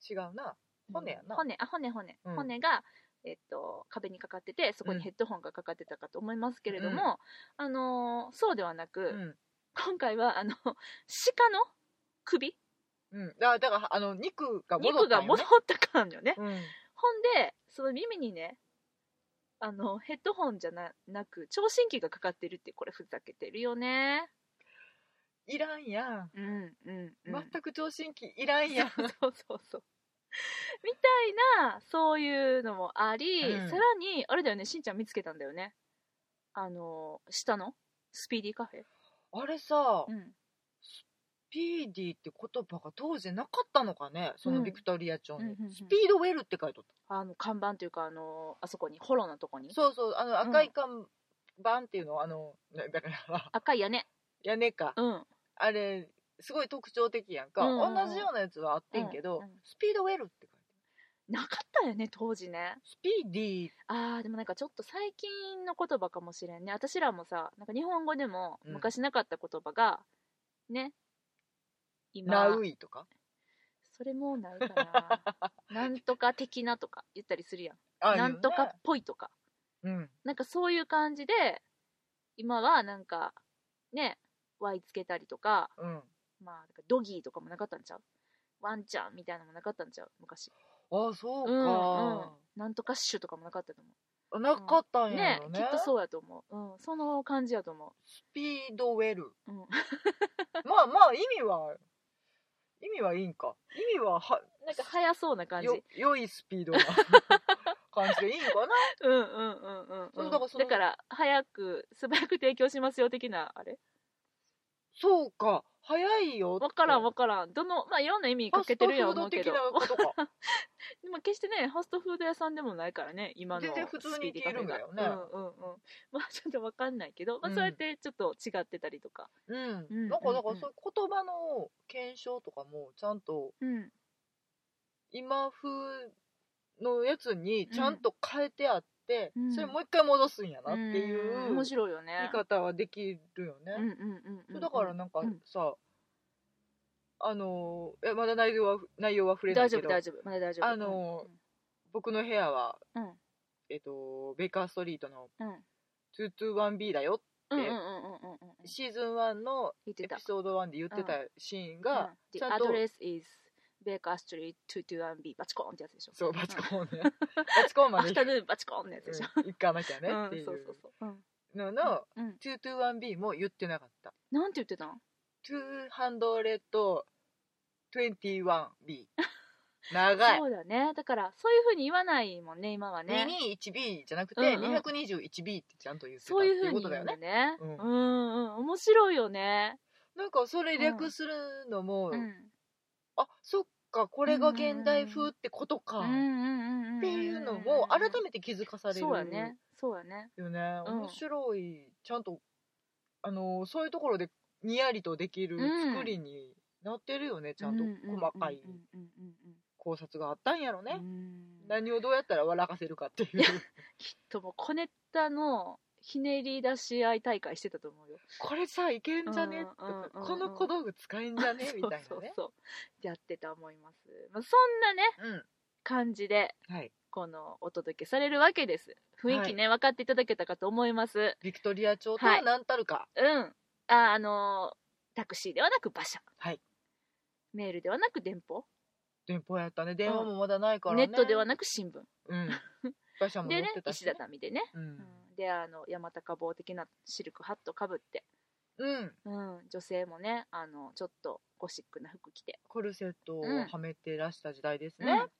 Speaker 2: 違うな
Speaker 1: ー
Speaker 2: 骨やな
Speaker 1: 骨あ骨骨、
Speaker 2: うん
Speaker 1: 骨がえっと、壁にかかっててそこにヘッドホンがかかってたかと思いますけれども、あのーそうではなく、
Speaker 2: うん
Speaker 1: 今回はあの鹿の首
Speaker 2: うんだだからあの肉が戻
Speaker 1: 肉
Speaker 2: った
Speaker 1: が
Speaker 2: んよ
Speaker 1: 戻
Speaker 2: ね
Speaker 1: った感よね、
Speaker 2: うん
Speaker 1: ほんでその耳にねあのヘッドホンじゃななく聴診器がかかってるってこれふざけてるよね
Speaker 2: いらんやん
Speaker 1: うんうん、うん、
Speaker 2: 全く聴診器いらんやん [LAUGHS]
Speaker 1: そうそうそうみたいなそういうのもあり、
Speaker 2: うん
Speaker 1: さらにあれだよねしんちゃん見つけたんだよねあの下のスピーディーカフェ、
Speaker 2: あれさ
Speaker 1: うん、
Speaker 2: スピーディーって言葉が当時なかったのかねそのビクトリア町に、
Speaker 1: うんうんうんうん
Speaker 2: スピードウェルって書いとっ
Speaker 1: あの看板というかあのあそこにホロのとこに
Speaker 2: たそうそうあの赤い看板っていうのはあのねだから [LAUGHS]
Speaker 1: 赤い屋根
Speaker 2: 屋根か
Speaker 1: うん
Speaker 2: あれすごい特徴的やんか、
Speaker 1: うんうんうん
Speaker 2: 同じようなやつはあってんけど、
Speaker 1: うんうん
Speaker 2: スピードウェルって書いて
Speaker 1: なかったよね当時ね
Speaker 2: スピーディー
Speaker 1: あーでもなんかちょっと最近の言葉かもしれんね私らもさなんか日本語でも
Speaker 2: うん
Speaker 1: 昔なかった言葉が、ね
Speaker 2: ナ
Speaker 1: 今
Speaker 2: ウイとか
Speaker 1: それもないか
Speaker 2: [LAUGHS]
Speaker 1: ななんとか的なとか言ったりするやん
Speaker 2: あ
Speaker 1: な
Speaker 2: るよね
Speaker 1: んとかっぽいとか
Speaker 2: うん
Speaker 1: なんかそういう感じで今はなんかね Y つけたりとか
Speaker 2: うん
Speaker 1: まあなんかドギーとかもなかったんちゃうワンちゃんみたいなのもなかったんちゃう昔
Speaker 2: あそうか、
Speaker 1: なんとかっシュとかもなかったと思
Speaker 2: なかった
Speaker 1: うんね
Speaker 2: やろね
Speaker 1: きっとそうやと思う、うん、その感じやと思
Speaker 2: スピードウェル [LAUGHS]
Speaker 1: う、うん、
Speaker 2: まあまあ意味は意味はいいんか意味はは
Speaker 1: なんか速そうな感じ。う
Speaker 2: よ
Speaker 1: ん
Speaker 2: 良いスピードな感じでいいん
Speaker 1: [LAUGHS]
Speaker 2: かな
Speaker 1: うんうんうんうん。
Speaker 2: そうだからその
Speaker 1: だから早く素早く提供しますよ的なあれ。
Speaker 2: そうか早いよって
Speaker 1: わからんわからん。どのまあいろんな意味か
Speaker 2: ファ
Speaker 1: け
Speaker 2: ス
Speaker 1: て
Speaker 2: ト
Speaker 1: る
Speaker 2: フ
Speaker 1: や
Speaker 2: ー
Speaker 1: 思
Speaker 2: ド
Speaker 1: うけ
Speaker 2: 的
Speaker 1: ど
Speaker 2: な。ことか
Speaker 1: でも決してねファストフード屋さんでもないからね今の
Speaker 2: 全然普通に
Speaker 1: スピーディーカフェが
Speaker 2: 行けるんだよね
Speaker 1: うんうんうん。まあちょっとわかんないけど、まあ
Speaker 2: うん
Speaker 1: そうやってちょっと違ってたりとか。
Speaker 2: うん
Speaker 1: [LAUGHS] うん
Speaker 2: なんかだか
Speaker 1: うん
Speaker 2: らそういう言葉の検証とかもちゃんと
Speaker 1: うん。
Speaker 2: 今風のやつにちゃんと変えてあって、
Speaker 1: うん
Speaker 2: それもう一回戻すんやなって
Speaker 1: ん
Speaker 2: いう
Speaker 1: 面白いよね。
Speaker 2: 見方はできるよね、
Speaker 1: うんうんうんうん。
Speaker 2: だからなんか
Speaker 1: うん
Speaker 2: さ、あのえまだ内容は内容は触れない
Speaker 1: 大丈
Speaker 2: けど
Speaker 1: 夫大丈夫まだ大丈夫。
Speaker 2: あの僕の部屋は、
Speaker 1: うん
Speaker 2: えっとベイカーストリートの
Speaker 1: うんうん
Speaker 2: 221B だよっ
Speaker 1: う
Speaker 2: て、
Speaker 1: んうんうんうんうんうん。
Speaker 2: シーズン1の
Speaker 1: 言って
Speaker 2: エ
Speaker 1: た
Speaker 2: ピ。ソード1で言ってたシーン
Speaker 1: うん
Speaker 2: が、
Speaker 1: The
Speaker 2: ちゃんと
Speaker 1: address is Baker Street 221B バチコーンってやつでしょ
Speaker 2: そうバチコーンね [LAUGHS] バチコーン
Speaker 1: ア
Speaker 2: まで
Speaker 1: [LAUGHS] フ
Speaker 2: 行
Speaker 1: タヌーンバチコーンのやつでしょ、
Speaker 2: うん行かなきゃね
Speaker 1: うん
Speaker 2: ってい
Speaker 1: そうそう
Speaker 2: う
Speaker 1: そう、うん
Speaker 2: のの
Speaker 1: うん、
Speaker 2: 221B も言ってなかった
Speaker 1: なんて言ってたん
Speaker 2: 221B 長い
Speaker 1: そうだねだからそういうふうに言わないもんね今はね
Speaker 2: 221B じゃなくて
Speaker 1: うんうん
Speaker 2: 221B ってちゃんと言ってたっ
Speaker 1: そう
Speaker 2: て
Speaker 1: いうふ
Speaker 2: いううこ
Speaker 1: に
Speaker 2: と
Speaker 1: 言う
Speaker 2: だよ
Speaker 1: んだ
Speaker 2: ね
Speaker 1: ね
Speaker 2: う
Speaker 1: うん
Speaker 2: ん
Speaker 1: うん面白いよね
Speaker 2: なんかそれ略するのも
Speaker 1: うん
Speaker 2: あそっかこれが現代風ってことか
Speaker 1: うんう
Speaker 2: っ
Speaker 1: んうんんんん
Speaker 2: ていうのも改めて気づかされる
Speaker 1: そうやねそうやね
Speaker 2: よね
Speaker 1: うん
Speaker 2: 面白いちゃんとあのーそういうところでにやりとできる
Speaker 1: うん
Speaker 2: 作りになってるよねちゃんと細かい
Speaker 1: うんうんうんうん
Speaker 2: 考察があったんやろ
Speaker 1: うん
Speaker 2: ね
Speaker 1: うん
Speaker 2: 何をどうやったら笑かせるかっていう
Speaker 1: きっともう小ネタのひねり出し合い大会してたと思うよ
Speaker 2: これさいけんじゃね
Speaker 1: うんうんうんうん
Speaker 2: とかこの小道具使えんじゃねみた
Speaker 1: [LAUGHS]
Speaker 2: い
Speaker 1: そうそう
Speaker 2: なね
Speaker 1: そうやってた思います、まあ、そんなね感じで
Speaker 2: うんはい
Speaker 1: このお届けされるわけです雰囲気ね、分かっていただけたかと思います
Speaker 2: ビクトリア朝と
Speaker 1: は
Speaker 2: はい何たるか
Speaker 1: うんああのータクシーではなく馬車
Speaker 2: はい
Speaker 1: メールではなく電報、
Speaker 2: 電報やったね電話もまだないから
Speaker 1: ネ
Speaker 2: ね
Speaker 1: ットでは
Speaker 2: な
Speaker 1: なく新聞
Speaker 2: うん馬車も乗
Speaker 1: で
Speaker 2: っ
Speaker 1: ね
Speaker 2: てたし
Speaker 1: 石畳でね、
Speaker 2: うん
Speaker 1: うんであの山高帽的なシルクハットかぶって、
Speaker 2: うん
Speaker 1: うん、女性もねあのちょっとゴシックな服着て、
Speaker 2: コルセットを
Speaker 1: うん
Speaker 2: はめてらした時代です
Speaker 1: う
Speaker 2: ね
Speaker 1: ん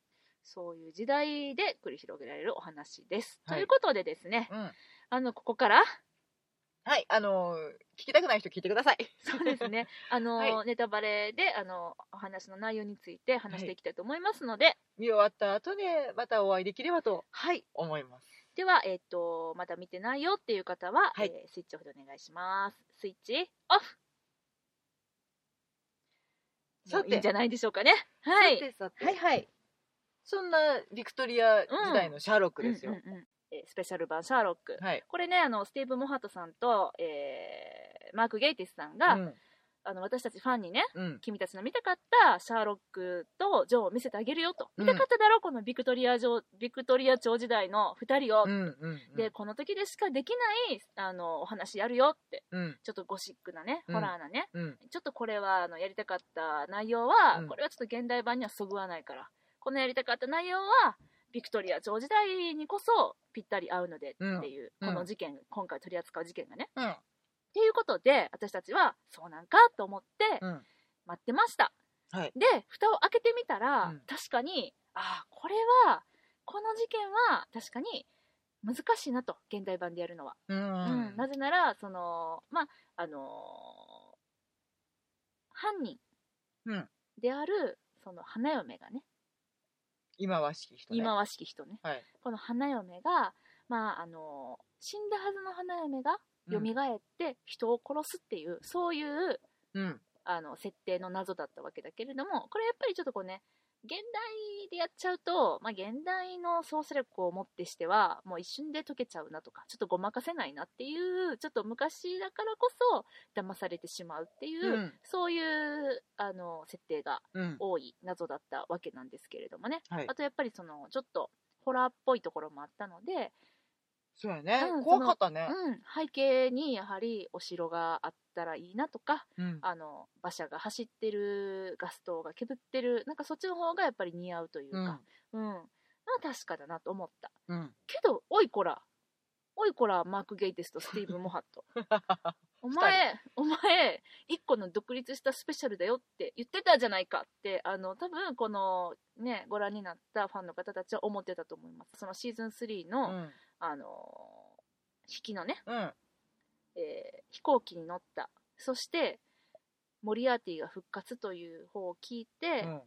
Speaker 1: そういう時代で繰り広げられるお話です、
Speaker 2: はい
Speaker 1: ということでですね
Speaker 2: うん
Speaker 1: あのここ
Speaker 2: [LAUGHS]
Speaker 1: から
Speaker 2: はい、あのー聞きたくない人聞いてください。 [LAUGHS]
Speaker 1: そうですね。あの、
Speaker 2: は
Speaker 1: ネタバレで、あの、お話の内容について話していきたいと思いますので、はい。
Speaker 2: 見終わった後でまたお会いできればと思います。
Speaker 1: では、えっ、と、まだ見てないよっていう方は、
Speaker 2: はい
Speaker 1: えースイッチオフでお願いします。スイッチオフ
Speaker 2: さて
Speaker 1: もういいんじゃないでしょうかね。はい。
Speaker 2: さてさて、
Speaker 3: はいはい。
Speaker 2: そんなビクトリア時代のシャーロックですよ、
Speaker 1: うんうんうんえースペシャル版シャーロック。
Speaker 2: はい、
Speaker 1: これね、あの、スティーブ・モハトさんと、えーマーク・ゲイティスさんが、
Speaker 2: うん
Speaker 1: あの、私たちファンにね、
Speaker 2: うん
Speaker 1: 君たちの見たかったシャーロックとジョーを見せてあげるよと。見
Speaker 2: うん
Speaker 1: たかっただろ、このビクトリア城、ビクトリア朝時代の二人を。
Speaker 2: うんうんうん
Speaker 1: で、この時でしかできない、あの、お話やるよって。
Speaker 2: うん
Speaker 1: ちょっとゴシックなね、
Speaker 2: うん
Speaker 1: ホラーなね。
Speaker 2: うん
Speaker 1: ちょっとこれは、あの、やりたかった内容は、
Speaker 2: うん
Speaker 1: これはちょっと現代版にはそぐわないから。このやりたかった内容は、ビクトリア朝時代にこそぴったり合うのでっていう、
Speaker 2: うん
Speaker 1: この事件、今回取り扱う事件がね。
Speaker 2: うん
Speaker 1: っていうことで、私たちは、そうなんかと思って、
Speaker 2: うん
Speaker 1: 待ってました。
Speaker 2: はい
Speaker 1: で、蓋を開けてみたら、
Speaker 2: うん
Speaker 1: 確かに、ああ、これは、この事件は確かに難しいなと、現代版でやるのは。
Speaker 2: う
Speaker 1: うん
Speaker 2: ん
Speaker 1: なぜなら、その、まあ、あのー犯人
Speaker 2: うん
Speaker 1: である、その花嫁がね、
Speaker 2: 今はしき人ね
Speaker 1: 忌まわしき人ね、
Speaker 2: はい
Speaker 1: この花嫁が、まあ、あのー死んだはずの花嫁が、蘇
Speaker 2: うん
Speaker 1: って人を殺すっていう、そういう
Speaker 2: うん
Speaker 1: あの設定の謎だったわけだけれどもこれやっぱりちょっとこうね現代でやっちゃうと、まあ、現代の創作力をもってしてはもう一瞬で解けちゃうなとかちょっとごまかせないなっていうちょっと昔だからこそ騙されてしまうっていうう、
Speaker 2: ん
Speaker 1: そういうあの設定が
Speaker 2: うん
Speaker 1: 多い謎だったわけなんですけれどもね、
Speaker 2: はい
Speaker 1: あとやっぱりそのちょっとホラーっぽいところもあったので、
Speaker 2: そうやね、
Speaker 1: うん
Speaker 2: 怖かったね
Speaker 1: うん、背景にやはりお城があったらいいなとか
Speaker 2: うん
Speaker 1: あの馬車が走ってるガス灯が煙ってるなんかそっちの方がやっぱり似合うという
Speaker 2: うん
Speaker 1: か、うんまあ確かだなと思った
Speaker 2: うん
Speaker 1: けどおいこらおいこらマーク・ゲイテスとスティーブ・モハットお前お前一個の独立したスペシャルだよって言ってたじゃないかってあの多分このねご覧になったファンの方たちは思ってたと思いますそのシーズン3
Speaker 2: う
Speaker 1: の、
Speaker 2: ん
Speaker 1: あの引きのね
Speaker 2: うん
Speaker 1: えー飛行機に乗ったそしてモリアーティが復活という方を聞いて、
Speaker 2: うん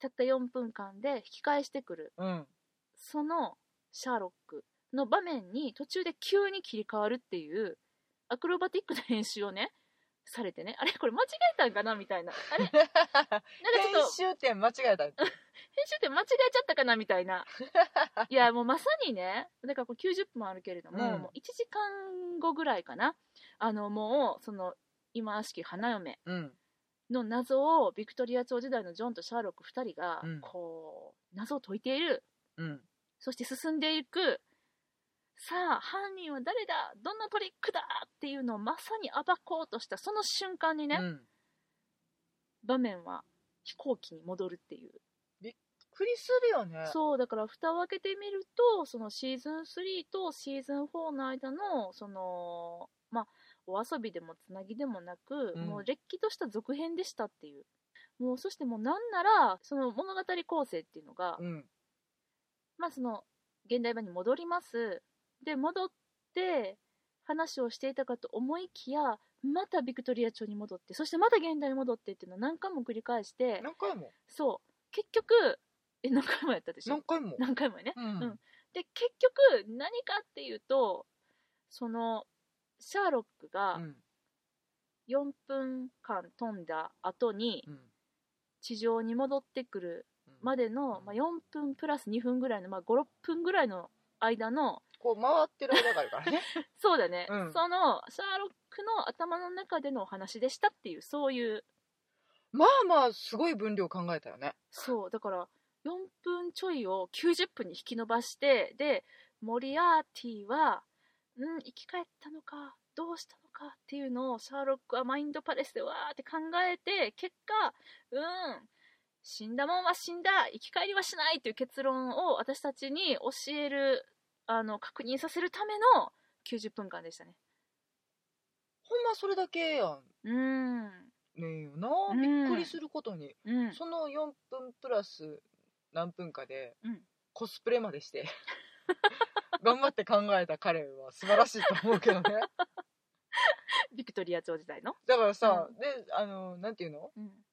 Speaker 1: たった4分間で引き返してくる
Speaker 2: うん
Speaker 1: そのシャーロックの場面に途中で急に切り替わるっていうアクロバティックな編集をねされてねあれこれ間違えたんかなみたいなあ
Speaker 2: [LAUGHS]
Speaker 1: れなんかちょっと
Speaker 2: 編集点間違えた
Speaker 1: 編集って間違えちゃったかなみたい
Speaker 2: [LAUGHS]
Speaker 1: ないやもうまさにねだからこう90分もあるけれども,、
Speaker 2: うん
Speaker 1: もう1時間後ぐらいかなあのもうその今しき花嫁
Speaker 2: うん
Speaker 1: の謎をビクトリア朝時代のジョンとシャーロック2人が
Speaker 2: うん
Speaker 1: こう謎を解いている
Speaker 2: うん
Speaker 1: そして進んでいくさあ犯人は誰だどんなトリックだっていうのをまさに暴こうとしたその瞬間にね、
Speaker 2: うん
Speaker 1: 場面は飛行機に戻るっていう
Speaker 2: クリするよね
Speaker 1: そうだから蓋を開けてみるとそのシーズン3とシーズン4の間のそのまあお遊びでもつなぎでもなく、
Speaker 2: うん
Speaker 1: もうれっきとした続編でしたっていうもうそしてもうなんならその物語構成っていうのが、
Speaker 2: うん
Speaker 1: まあその現代版に戻りますで戻って話をしていたかと思いきやまたビクトリア朝に戻ってそしてまた現代に戻ってっていうのを何回も繰り返して
Speaker 2: 何回も
Speaker 1: そう結局え何回もやったでしょ
Speaker 2: 何回も
Speaker 1: 何回もやね
Speaker 2: うん
Speaker 1: うんで結局何かっていうとそのシャーロック
Speaker 2: う
Speaker 1: が
Speaker 2: ん
Speaker 1: 4分間飛んだ後に
Speaker 2: うん
Speaker 1: 地上に戻ってくるまでの、まあ、
Speaker 2: うん
Speaker 1: 4分プラス2分ぐらいの、まあ、56分ぐらいの間の
Speaker 2: こう回ってる間があるから
Speaker 1: [LAUGHS]
Speaker 2: ね
Speaker 1: そうだね、
Speaker 2: うん
Speaker 1: そのシャーロックの頭の中でのお話でしたっていうそういう
Speaker 2: まあまあすごい分量考えたよね
Speaker 1: そうだから4分ちょいを90分に引き延ばしてでモリアーティはうん生き返ったのかどうしたのかっていうのをシャーロックはマインドパレスでわーって考えて結果うん死んだもんは死んだ生き返りはしないっていう結論を私たちに教えるあの確認させるための90分間でしたね
Speaker 2: ほんまそれだけや
Speaker 1: うん
Speaker 2: ねんよな
Speaker 1: うん
Speaker 2: びっくりすることに
Speaker 1: うん
Speaker 2: その4分プラス何分かで
Speaker 1: うん
Speaker 2: コスプレまでして [LAUGHS] 頑張って考えた彼は素晴らしいと思う
Speaker 1: [LAUGHS]
Speaker 2: けどね
Speaker 1: ビクトリア朝時代の
Speaker 2: だからさ、
Speaker 1: う
Speaker 2: であのなんていうの
Speaker 1: うん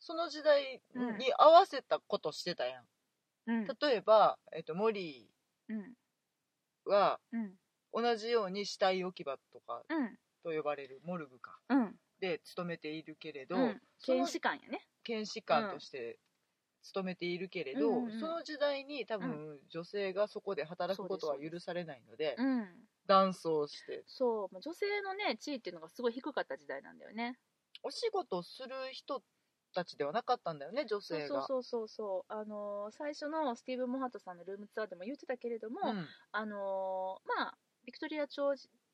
Speaker 2: その時代
Speaker 1: うん
Speaker 2: に合わせたことしてたやん、
Speaker 1: うん
Speaker 2: 例えば、えっとモリー
Speaker 1: うん
Speaker 2: は
Speaker 1: うん
Speaker 2: 同じように死体置き場とか
Speaker 1: うん
Speaker 2: と呼ばれるモルグか
Speaker 1: うん
Speaker 2: で勤めているけれど、
Speaker 1: うん
Speaker 2: その
Speaker 1: 検視官やね
Speaker 2: 検視官として勤めているけれど、
Speaker 1: うんうんうん
Speaker 2: その時代に多分女性がそこで働くことは許されないので、
Speaker 1: うん
Speaker 2: 男装して
Speaker 1: そうまあ女性のね地位っていうのがすごい低かった時代なんだよね
Speaker 2: お仕事する人たちではなかったんだよね女
Speaker 1: そう
Speaker 2: 性
Speaker 1: そう
Speaker 2: が。
Speaker 1: そうそうそうあのー最初のスティーブ・モハトさんのルームツアーでも言ってたけれども、
Speaker 2: うん
Speaker 1: あのーまあビクトリア朝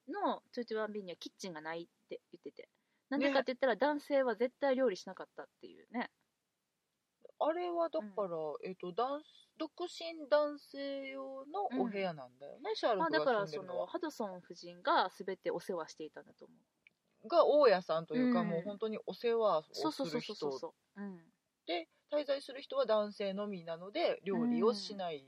Speaker 1: の221 B にはキッチンがないって言っててなんでかって言ったら男性は絶対料理しなかったっていうね
Speaker 2: あれはだから、えっと男独身男性用のお部屋なんだよね、シャーロ
Speaker 1: まあ
Speaker 2: ッ
Speaker 1: だ
Speaker 2: ク
Speaker 1: か
Speaker 2: が
Speaker 1: ら
Speaker 2: 住
Speaker 1: そ
Speaker 2: んでるの
Speaker 1: の
Speaker 2: は。
Speaker 1: ハドソン夫人が全てお世話していたんだと思う
Speaker 2: が大家さんというか、
Speaker 1: うん
Speaker 2: もう本当にお世話
Speaker 1: そ
Speaker 2: を
Speaker 1: うそう
Speaker 2: す
Speaker 1: そ
Speaker 2: る
Speaker 1: うそうそう
Speaker 2: 人
Speaker 1: そううん
Speaker 2: で滞在する人は男性のみなので料理をしない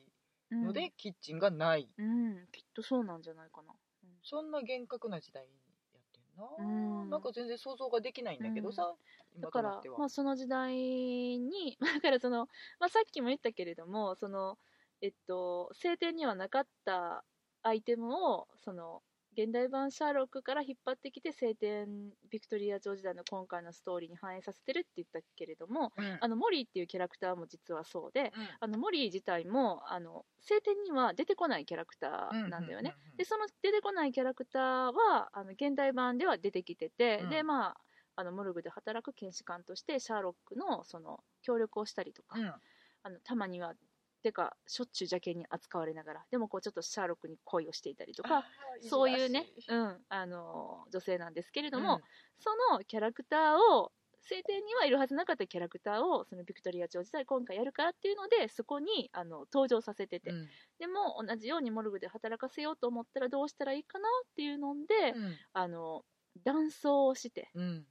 Speaker 1: うん
Speaker 2: ので、キッチンがない
Speaker 1: うんきっとそうなんじゃないかな
Speaker 2: そんな厳格な時代にやって
Speaker 1: うん
Speaker 2: な、
Speaker 1: ん
Speaker 2: なんか全然想像ができないんだけどさ、
Speaker 1: だ
Speaker 2: 今
Speaker 1: か
Speaker 2: とな
Speaker 1: ら
Speaker 2: っては、
Speaker 1: まあ、その時代に [LAUGHS] だからその、まあ、さっきも言ったけれどもその、えっと、聖典にはなかったアイテムをその現代版シャーロックから引っ張ってきて聖典ビクトリア朝時代の今回のストーリーに反映させてるって言ったけれども
Speaker 2: うん
Speaker 1: あのモリーっていうキャラクターも実はそうで
Speaker 2: うん
Speaker 1: あのモリー自体もあの聖典には出てこないキャラクターなんだよね。
Speaker 2: う
Speaker 1: でその出てこないキャラクターはあの現代版では出てきてて、
Speaker 2: うん
Speaker 1: でまああのモルグで働く検視官としてシャーロックのその協力をしたりとか、
Speaker 2: うんうん
Speaker 1: あのたまにはてかしょっちゅう邪険に扱われながらでもこうちょっとシャーロックに恋をしていたりと
Speaker 2: あ
Speaker 1: か
Speaker 2: ー
Speaker 1: そういう
Speaker 2: ら
Speaker 1: ね
Speaker 2: しい、
Speaker 1: うん、あの女性なんですけれども、そのキャラクターを聖典にはいるはずなかったキャラクターをそのビクトリア朝時代今回やるからっていうのでそこにあの登場させてて
Speaker 2: うん、うん
Speaker 1: でも同じようにモルグで働かせようと思ったらどうしたらいいかなっていうので、あの男装をして
Speaker 2: うんうん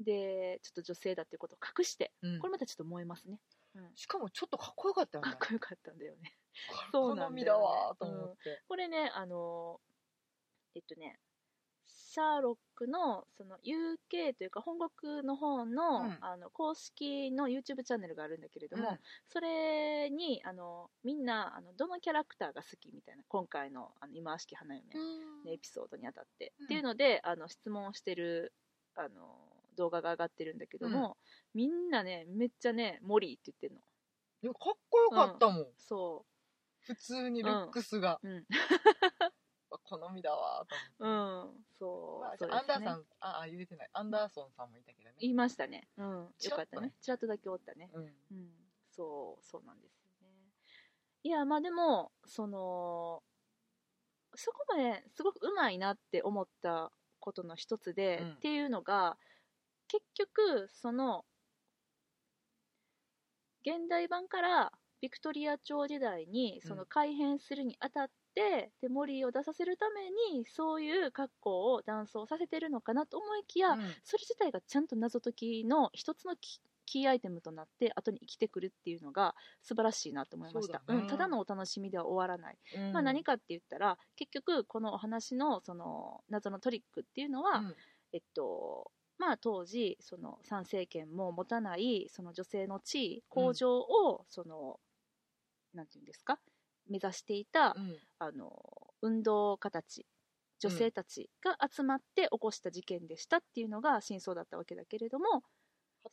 Speaker 1: でちょっと女性だっていうことを隠して
Speaker 2: うん
Speaker 1: これまたちょっと燃えますね、
Speaker 2: しかもちょっとかっこよかったよ
Speaker 1: か
Speaker 2: ね
Speaker 1: っこよかったんだよねそうな
Speaker 2: 好
Speaker 1: んだよね
Speaker 2: みだわーと思って、
Speaker 1: これねあのえっとねシャーロックのその UK というか本国の方の,、
Speaker 2: うん
Speaker 1: あの公式の YouTube チャンネルがあるんだけれども、
Speaker 2: うん
Speaker 1: それにあのみんなあのどのキャラクターが好きみたいな今回のあの忌まわしき花嫁、のエピソードにあたって、
Speaker 2: うん
Speaker 1: っていうのであの質問をしてるあの動画が上がってるんだけども、みんなねめっちゃね「モリー」って言ってるの
Speaker 2: いやかっこよかったもん、
Speaker 1: そ
Speaker 2: 普通にルックスが、
Speaker 1: う
Speaker 2: [LAUGHS]
Speaker 1: うん、
Speaker 2: あ好みだわーと
Speaker 1: うん、そう,、
Speaker 2: 思って、
Speaker 1: そう
Speaker 2: まあ、アンダー
Speaker 1: です
Speaker 2: さ
Speaker 1: ね
Speaker 2: んああ言えてないアンダーソンさんもいたけどね
Speaker 1: 言いましたね、うん、
Speaker 2: ち
Speaker 1: よ
Speaker 2: ら
Speaker 1: か
Speaker 2: っとね
Speaker 1: ったねちらっとだけおったね
Speaker 2: うん
Speaker 1: うんそうそうなんですよねいやまあでもそのそこまですごくうまいなって思ったことの一つで、
Speaker 2: うん
Speaker 1: っていうのが結局その現代版からビクトリア朝時代にそうの
Speaker 2: ん
Speaker 1: 改変するにあたって、でモリーを出させるためにそういう格好を断層させてるのかなと思いきや、
Speaker 2: うん
Speaker 1: それ自体がちゃんと謎解きの一つのキキーアイテムとなって後に生きてくるっていうのが素晴らしいなと思いました
Speaker 2: そうだね
Speaker 1: ん、ただのお楽しみでは終わらない、まあ、何かって言ったら結局このお話のその謎のトリックっていうのは、
Speaker 2: うん
Speaker 1: えっとまあ、当時その参政権も持たないその女性の地位向上をその、なんていうんですか目指していた、
Speaker 2: うん
Speaker 1: あの運動家たち女性たちが集まって起こした事件でしたっていうのが真相だったわけだけれども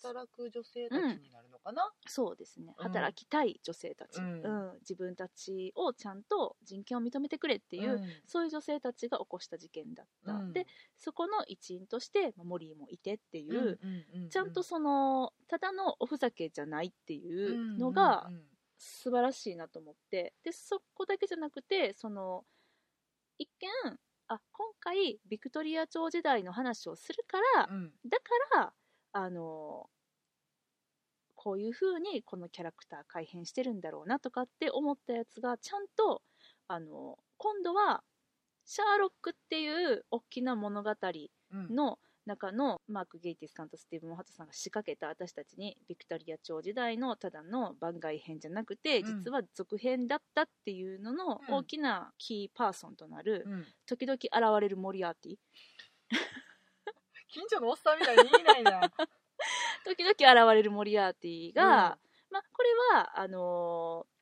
Speaker 2: 働く女性たちになるのかな、
Speaker 1: そうですね
Speaker 2: うん
Speaker 1: 働きたい女性たち、
Speaker 2: う
Speaker 1: うんん自分たちをちゃんと人権を認めてくれっていう、
Speaker 2: ん
Speaker 1: そういう女性たちが起こした事件だった、
Speaker 2: うん
Speaker 1: でそこの一員としてまあモリーもいてっていう、
Speaker 2: うう
Speaker 1: ちゃんとそのただのおふざけじゃないって
Speaker 2: う
Speaker 1: いうのが、素晴らしいなと思ってでそこだけじゃなくてその一見あ今回ビクトリア朝時代の話をするから
Speaker 2: うんうんうん
Speaker 1: だからあのこういう風にこのキャラクター改変してるんだろうなとかって思ったやつがちゃんとあの今度はシャーロックっていう大きな物語
Speaker 2: うんうん
Speaker 1: の中のマーク・ゲイティスさんとスティーブン・モハトさんが仕掛けた私たちにビクトリア朝時代のただの番外編じゃなくて、
Speaker 2: うん
Speaker 1: 実は続編だったっていうのの
Speaker 2: うん
Speaker 1: 大きなキーパーソンとなる、
Speaker 2: うん
Speaker 1: 時々現れるモリアーテ [LAUGHS] ィ
Speaker 2: 近所のおっさんみたいに言いないな
Speaker 1: 時々現れるモリアーティが、まあ、これはあのー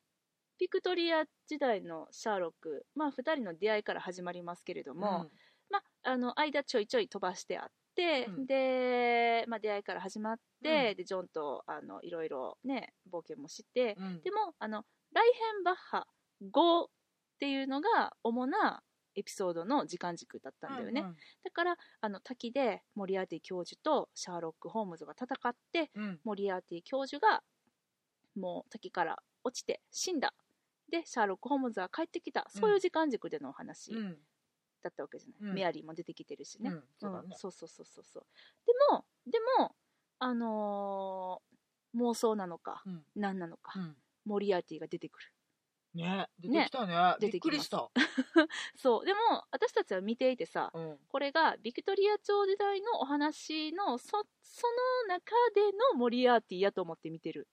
Speaker 1: ビクトリア時代のシャーロック、まあ、2人の出会いから始まりますけれど [LAUGHS] も、まあ、あの間ちょいちょい飛ばしてあって、
Speaker 2: うん
Speaker 1: で、まあ、出会いから始まって、
Speaker 2: う
Speaker 1: でジョンとあのいろいろね冒険もして、
Speaker 2: うん、うん
Speaker 1: でもあの来編バッハ5っていうのが主なエピソードの時間軸だったんだよね、だからあの滝でモリアーティ教授とシャーロック・ホームズが戦って
Speaker 2: うんうん
Speaker 1: モリアーティ教授がもう滝から落ちて死んだでシャーロック・ホームズは帰ってきたそういう時間軸でのお話
Speaker 2: うん
Speaker 1: だったわけじゃない、
Speaker 2: うん
Speaker 1: メアリーも出てきてるしね、
Speaker 2: うんそうだね
Speaker 1: そうそうそうそうそうでもでもあのー妄想なのか
Speaker 2: うん
Speaker 1: 何なのか、
Speaker 2: うん
Speaker 1: モリアーティが出てくる
Speaker 2: ね出
Speaker 1: ね
Speaker 2: てきたね
Speaker 1: 出
Speaker 2: び
Speaker 1: て
Speaker 2: っ
Speaker 1: き
Speaker 2: く
Speaker 1: ます
Speaker 2: りした、
Speaker 1: そうでも私たちは見ていてさ
Speaker 2: うん
Speaker 1: これがビクトリア朝時代のお話のそその中でのモリアーティやと思って見てる、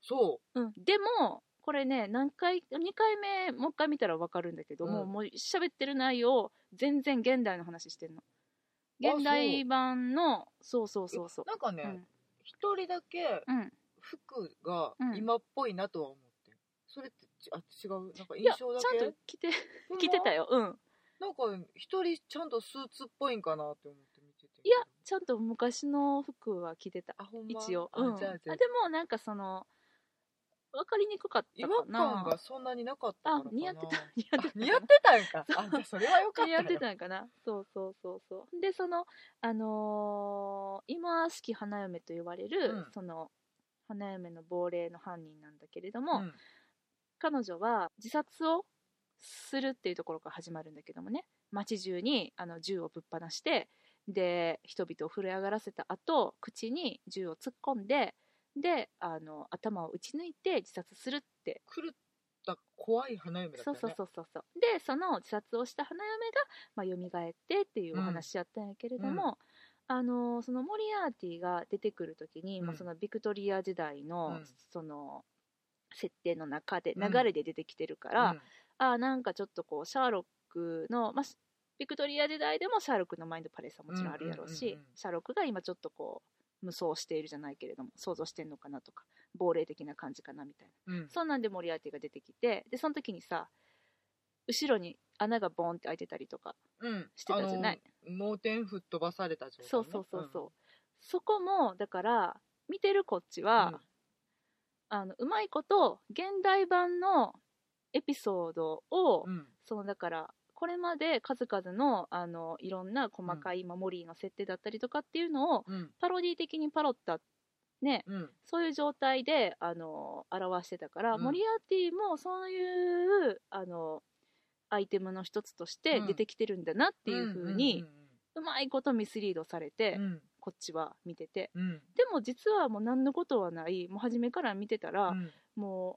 Speaker 2: そ
Speaker 1: うん、でもこれね何回2回目もう一回見たら分かるんだけども、
Speaker 2: うん
Speaker 1: もう喋ってる内容全然現代の話してんの現代版のそうそう
Speaker 2: う
Speaker 1: そうそう
Speaker 2: なんかね一、人だけ
Speaker 1: うん、うん
Speaker 2: 服が
Speaker 1: うん
Speaker 2: 今っぽいなとは思ってるそれってちあ違うなんか
Speaker 1: い
Speaker 2: 印
Speaker 1: やち
Speaker 2: 象だ
Speaker 1: ゃ
Speaker 2: け
Speaker 1: んと着て
Speaker 2: ほんま
Speaker 1: 着てたようん
Speaker 2: なんか一人ちゃんとスーツっぽいんかなって思って見てて
Speaker 1: いやちゃんと昔の服は着てた
Speaker 2: あほんま
Speaker 1: 一応、
Speaker 2: あ
Speaker 1: うん、あ
Speaker 2: じゃあ
Speaker 1: でもなんかその分かりにくかっ
Speaker 2: 違
Speaker 1: た
Speaker 2: 和
Speaker 1: か
Speaker 2: 感
Speaker 1: な
Speaker 2: がそんなになかったからかな
Speaker 1: あ似合ってた
Speaker 2: あ似合ってたんか
Speaker 1: そう
Speaker 2: あじゃあそれはよかった
Speaker 1: や
Speaker 2: よ
Speaker 1: ってたんかなそうそうそうそうでそのあのー今しき花嫁と言われる、
Speaker 2: うん
Speaker 1: その花嫁の亡霊の犯人なんだけれど
Speaker 2: う
Speaker 1: も、
Speaker 2: ん
Speaker 1: 彼女は自殺をするっていうところから始まるんだけどもね街中にあの銃をぶっ放してで人々を震え上がらせた後口に銃を突っ込んでであの頭を打ち抜いて自殺するって
Speaker 2: 狂った怖い花嫁だった
Speaker 1: そう
Speaker 2: よね
Speaker 1: そうそうそうそうでその自殺をした花嫁が、まあ蘇ってっていうお話やったんやけれども、あのそのモリアーティが出てくる時に、
Speaker 2: うん
Speaker 1: まあ、そのビクトリア時代の、
Speaker 2: うん
Speaker 1: その設定の中で
Speaker 2: う
Speaker 1: 流
Speaker 2: ん
Speaker 1: れで出てきてるから、あーなんかちょっとこうシャーロックの、まあ、しビクトリア時代でもシャーロックのマインドパレスはもちろんあるやろうし、
Speaker 2: うんうんうんうん
Speaker 1: シャーロックが今ちょっとこう無双しているじゃないけれども想像してんのかなとか亡霊的な感じかなみたいな。
Speaker 2: うんうん
Speaker 1: そんなんでモリアーティが出てきてでその時にさ後ろに穴がボンって開いてたりとか
Speaker 2: うん
Speaker 1: してたじゃない
Speaker 2: あの脳天吹っ飛ばされた状態ね
Speaker 1: そうそうそうそう、そこもだから見てるこっちは、
Speaker 2: うん
Speaker 1: あのうまいこと現代版のエピソードを、
Speaker 2: うんうん
Speaker 1: そのだからこれまで数々のあのいろんな細かい今モリーの設定だったりとかっていうのを
Speaker 2: うん
Speaker 1: パロディ的にパロったね
Speaker 2: うん
Speaker 1: そういう状態で、あの表してたから、
Speaker 2: うん
Speaker 1: モリアーティもそういう、あのアイテムの一つとして
Speaker 2: うん
Speaker 1: 出てきてるんだなっていう風に、うまいことミスリードされて、
Speaker 2: うんうん
Speaker 1: こっちは見てて
Speaker 2: うんうん
Speaker 1: でも実はもう何のことはないもう初めから見てたら、
Speaker 2: うん
Speaker 1: もう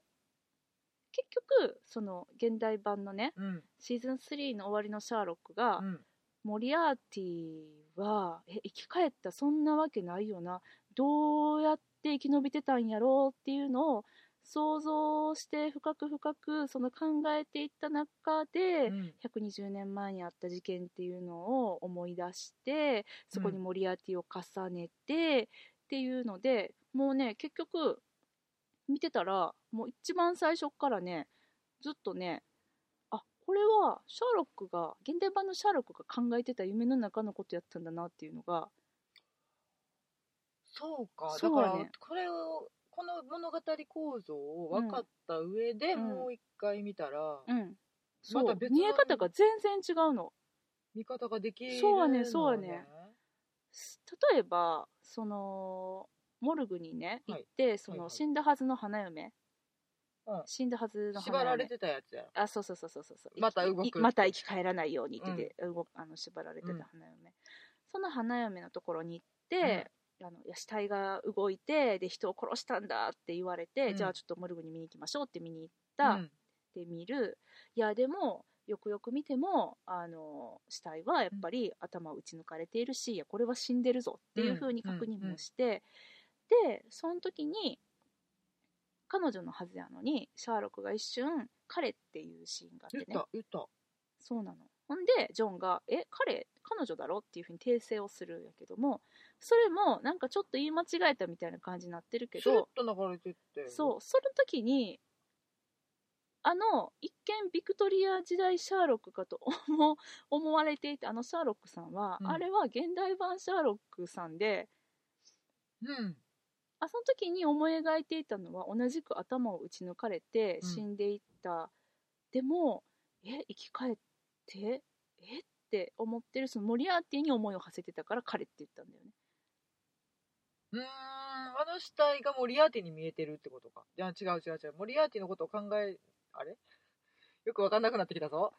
Speaker 1: 結局その現代版のね
Speaker 2: うん
Speaker 1: シーズン3の終わりのシャーロックが、
Speaker 2: うん
Speaker 1: モリアーティはえ生き返ったそんなわけないよなどうやって生き延びてたんやろうっていうのを想像して深く深くその考えていった中で、
Speaker 2: うん
Speaker 1: 120年前にあった事件っていうのを思い出してそこにモリアーティを重ねてっていうので、もうね結局見てたらもう一番最初っからねずっとねあこれはシャーロックが現代版のシャーロックが考えてた夢の中のことやったんだなっていうのが
Speaker 2: そうかだ
Speaker 1: そう
Speaker 2: か
Speaker 1: やね
Speaker 2: らこれをこの物語構造を分かった上で、
Speaker 1: うん
Speaker 2: もう一回見たら、
Speaker 1: うんそう、
Speaker 2: また別の
Speaker 1: 見え方が全然違うの
Speaker 2: 見方ができる
Speaker 1: そうやねそうやね例えばそのモルグにね行
Speaker 2: はい
Speaker 1: って、その、
Speaker 2: はいはい
Speaker 1: 死んだはずの花嫁、
Speaker 2: うん
Speaker 1: 死んだはずの花
Speaker 2: 縛
Speaker 1: 嫁
Speaker 2: られてたやつや
Speaker 1: あそうそうそうそうそうそう
Speaker 2: また動く
Speaker 1: いいまた生き返らないようにってて、動あの縛られてた
Speaker 2: うん
Speaker 1: 花嫁、その花嫁のところに行って、あのいや死体が動いてで人を殺したんだって言われて、
Speaker 2: うん
Speaker 1: じゃあちょっとモルグに見に行きましょうって見に行った、
Speaker 2: うん
Speaker 1: ってみるいやでもよくよく見てもあの死体はやっぱり頭を打ち抜かれているし、いやこれは死んでるぞっていうふうに確認もして、でその時に彼女のはずやのにシャーロックが一瞬「彼」っていうシーンがあって
Speaker 2: 言っ
Speaker 1: ね
Speaker 2: た言った
Speaker 1: そうなのほんでジョンが「え彼彼女だろ?」っていうふうに訂正をするんやけどもそれもなんかちょっと言い間違えたみたいな感じになってるけ
Speaker 2: スル
Speaker 1: ど
Speaker 2: ッと流れてって
Speaker 1: そうその時にあの一見ビクトリア時代シャーロックかと思う [LAUGHS] 思われていたあのシャーロックさんは、
Speaker 2: うん
Speaker 1: あれは現代版シャーロックさんで
Speaker 2: うん
Speaker 1: あその時に思い描いていたのは同じく頭を打ち抜かれて
Speaker 2: うん
Speaker 1: 死んでいった、でもえ生き返ってえって思ってるそのモリアーティに思いを馳せてたから彼って言ったんだよね
Speaker 2: うーんあの死体がモリアーティに見えてるってことかいや違う違う違うモリアーティのことを考えあれよく分かんなくなってきたぞ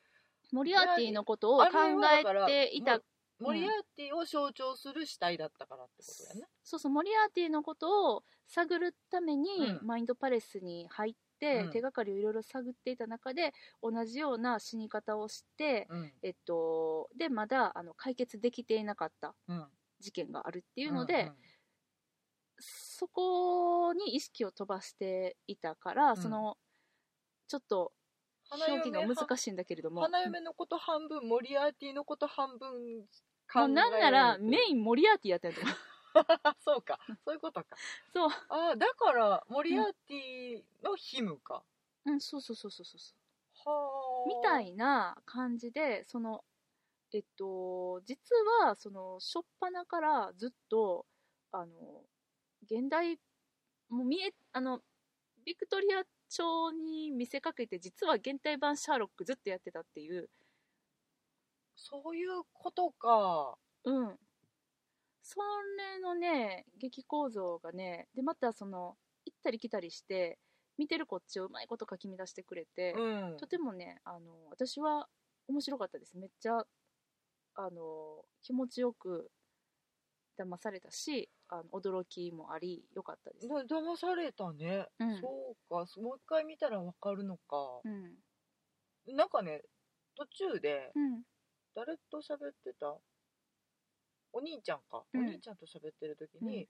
Speaker 1: モリアーティのことを考
Speaker 2: あれはだから
Speaker 1: えていた
Speaker 2: モモリアーティを象徴する死体だったからってことだよね
Speaker 1: そうそうモリアーティのことを探るために、
Speaker 2: うん
Speaker 1: マインドパレスに入って、
Speaker 2: うん
Speaker 1: 手がかりをいろいろ探っていた中で同じような死に方をして、
Speaker 2: うん
Speaker 1: えっと、でまだあの解決できていなかった
Speaker 2: うん
Speaker 1: 事件があるって
Speaker 2: い
Speaker 1: いうので、そこに意識を飛ばしていたから、
Speaker 2: ん
Speaker 1: そのちょっと表現が難しいんだけれども。
Speaker 2: 花嫁のこと半分モリアーティのこと半分考
Speaker 1: もうなんならメ
Speaker 2: ン
Speaker 1: インモリアーティやったんだよ
Speaker 2: [LAUGHS] そうかそういうことか
Speaker 1: そう、
Speaker 2: ああだからモリアーティのヒムか、
Speaker 1: うん、そうそうそうそうそうそう
Speaker 2: はあ
Speaker 1: みたいな感じでそのえっと実はその初っ端からずっとあの現代もう見えあのビクトリア朝に見せかけて実は現代版シャーロックずっとやってたっていう、
Speaker 2: そういうことか
Speaker 1: うん、それのね劇構造がねでまたその行ったり来たりして見てるこっちをうまいことかき乱してくれて、
Speaker 2: うん
Speaker 1: とてもねあの私は面白かったですめっちゃあの気持ちよく騙されたしあの驚きもあり良かったです、
Speaker 2: だ騙されたね、
Speaker 1: うん
Speaker 2: そうかもう一回見たらわかるのか、
Speaker 1: うん
Speaker 2: なんかね途中で
Speaker 1: うん
Speaker 2: 誰と喋ってたお兄ちゃんか、
Speaker 1: うん
Speaker 2: お兄ちゃんと喋ってる時に、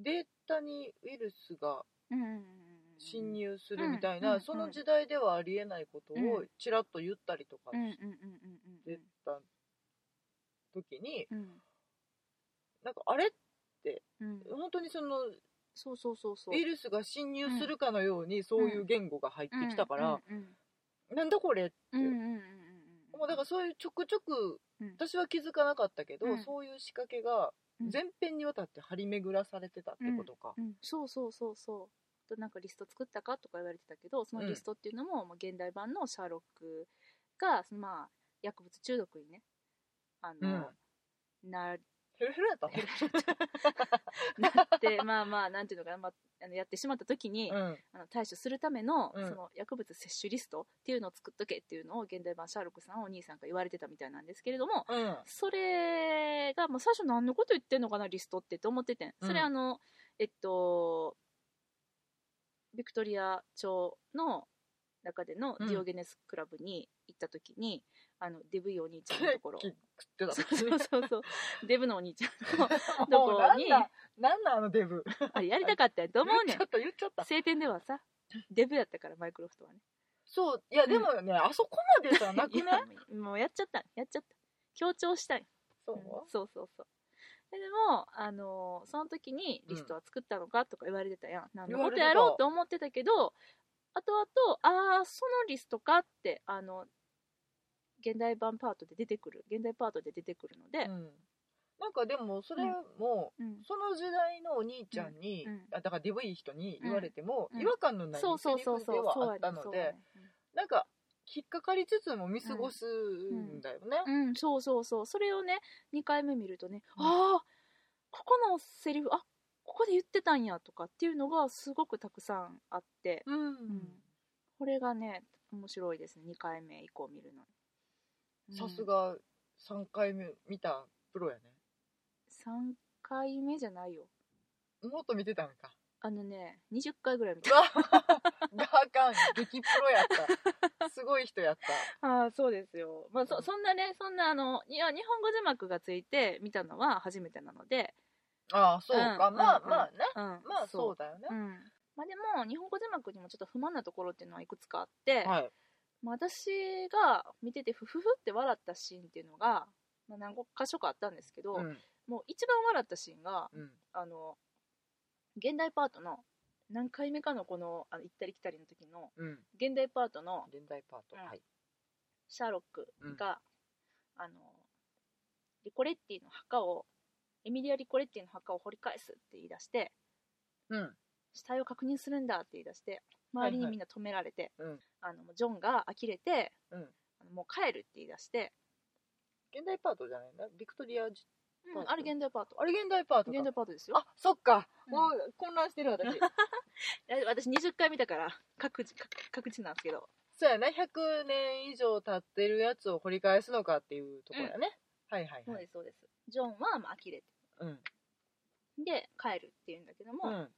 Speaker 2: データにウイルスが
Speaker 1: うんうん
Speaker 2: 侵入するみたい
Speaker 1: うん
Speaker 2: な、
Speaker 1: うん
Speaker 2: その時代ではありえないこと
Speaker 1: う
Speaker 2: を
Speaker 1: ん
Speaker 2: ちらっと言ったりとか
Speaker 1: うんうんうん
Speaker 2: し
Speaker 1: うん
Speaker 2: てた時に、
Speaker 1: うん
Speaker 2: なんかあれ
Speaker 1: うんうん
Speaker 2: 本当にその
Speaker 1: そうそうそうそう
Speaker 2: ウイルスが侵入するかのようにそういう言語が入ってきたから、
Speaker 1: うん
Speaker 2: なんだこれって、
Speaker 1: うんうんうんうんうん
Speaker 2: もうだからそういうちょくちょく
Speaker 1: うん
Speaker 2: 私は気づかなかったけど、
Speaker 1: うん
Speaker 2: そういう仕掛けが
Speaker 1: うん
Speaker 2: 全編にわたって張り巡らされてたってことか。
Speaker 1: うん、そうそうそうそうあとなんかリスト作ったかとか言われてたけどそのリストっていうのも、まあ、現代版のシャーロックがそのまあ薬物中毒にねあの、な [LAUGHS]
Speaker 2: ヘルヘルだったね。
Speaker 1: なってまあまあなんていうのかな、まあ、あのやってしまった時に、
Speaker 2: うん
Speaker 1: あの対処するための,、
Speaker 2: うん
Speaker 1: その薬物摂取リストっていうのを作っとけっていうのを現代版シャーロックさんお兄さんが言われてたみたいなんですけれども
Speaker 2: うん
Speaker 1: それが、まあ、最初何のこと言ってんのかなリストってって思っててんそれ、
Speaker 2: うん
Speaker 1: あのえっとビクトリア朝の中でのデ
Speaker 2: うん
Speaker 1: ィオゲネスクラブに行った時に、あのデブいお兄ちゃんのとこ
Speaker 2: [LAUGHS]
Speaker 1: ろ
Speaker 2: ケーキ食って
Speaker 1: [LAUGHS]
Speaker 2: た
Speaker 1: そうそうそう
Speaker 2: [LAUGHS]
Speaker 1: そうデブのお兄ちゃんのど
Speaker 2: もう
Speaker 1: こ
Speaker 2: な
Speaker 1: に
Speaker 2: んだなんだあのデブ
Speaker 1: あれやりたかったんやと思うね
Speaker 2: 言
Speaker 1: ん
Speaker 2: っちゃった言っちゃった
Speaker 1: 晴天ではさデブやったからマイクロフトはね
Speaker 2: そういやでもね、あそこまでじゃなくない
Speaker 1: いやもうやっちゃったやっちゃった強調したい
Speaker 2: そう
Speaker 1: うんそうそうそうででも、あのーその時にリストは作ったのかとか言われてたやん、何のことやろうと思ってたけど後々ああそのリストかってあの現代版パートで出てくる現代パートで出てくるので、
Speaker 2: うんなんかでもそれも、
Speaker 1: うん
Speaker 2: その時代のお兄ちゃんに、
Speaker 1: うんうん
Speaker 2: あだからデブいい人に言われても、
Speaker 1: うん
Speaker 2: 違和感のないセ
Speaker 1: そうそう
Speaker 2: リ
Speaker 1: そう
Speaker 2: フ
Speaker 1: そう
Speaker 2: では
Speaker 1: そう
Speaker 2: あ
Speaker 1: や
Speaker 2: った
Speaker 1: ね
Speaker 2: の
Speaker 1: そうや
Speaker 2: で
Speaker 1: ね
Speaker 2: なんか引っかかりつつも見過ごすんだよね、
Speaker 1: うんうんそうそうそうそれをね2回目見るとね、
Speaker 2: うん
Speaker 1: ああここのセリフあここで言ってたんやとかっていうのがすごくたくさんあって、
Speaker 2: うん
Speaker 1: これがね面白いですね2回目以降見るのに
Speaker 2: さすが3回目見たプロやね
Speaker 1: 3回目じゃないよ
Speaker 2: もっと見てたん
Speaker 1: [LAUGHS]
Speaker 2: か
Speaker 1: あのね20回ぐらい見た
Speaker 2: ががあかん激プロやったすごい人やった
Speaker 1: ああそうですよ、まあ、
Speaker 2: う
Speaker 1: そ
Speaker 2: ん
Speaker 1: そんなねそんなあのいや日本語字幕がついて見たのは初めてなので、
Speaker 2: ああそうか、
Speaker 1: うん
Speaker 2: まあ
Speaker 1: うん
Speaker 2: まあね
Speaker 1: うん、
Speaker 2: まあそう
Speaker 1: う
Speaker 2: だよね
Speaker 1: う、んまあ、でも日本語字幕にもちょっと不満なところっていうのはいくつかあって、
Speaker 2: はい
Speaker 1: まあ、私が見ててフフフって笑ったシーンっていうのが、まあ、何箇所かあったんですけど、
Speaker 2: うん
Speaker 1: もう一番笑ったシーンが
Speaker 2: うん
Speaker 1: あの現代パートの何回目かのこのあの行ったり来たりの時の
Speaker 2: うん。
Speaker 1: 現代パートの
Speaker 2: 現代パート。
Speaker 1: うん
Speaker 2: はい。
Speaker 1: シャーロックが、あのリコレッティの墓をエミリア・リコレッティの墓を掘り返すって言い出して
Speaker 2: うん。
Speaker 1: 死体を確認するんだって言い出して周りにみんな止められて、
Speaker 2: はいはいうん
Speaker 1: あのジョンが呆れて、
Speaker 2: うん
Speaker 1: あのもう帰るって言い出して、
Speaker 2: 現代パートじゃないな。ビクトリアじ、
Speaker 1: うん
Speaker 2: うん
Speaker 1: あれ現代パート
Speaker 2: あれ現代パートか。
Speaker 1: 現代パートですよ
Speaker 2: あ、そっか。
Speaker 1: うん
Speaker 2: もう混乱してる
Speaker 1: [LAUGHS]
Speaker 2: 私。
Speaker 1: え私20回見たから各自各各自なんですけど
Speaker 2: そうやな、100年以上経ってるやつを掘り返すのかっていうところやね。はいはい
Speaker 1: そう
Speaker 2: は
Speaker 1: で
Speaker 2: い。
Speaker 1: すそうですジョンはまあ呆れて
Speaker 2: うん。
Speaker 1: で帰るって言うんだけど
Speaker 2: う
Speaker 1: も、
Speaker 2: ん。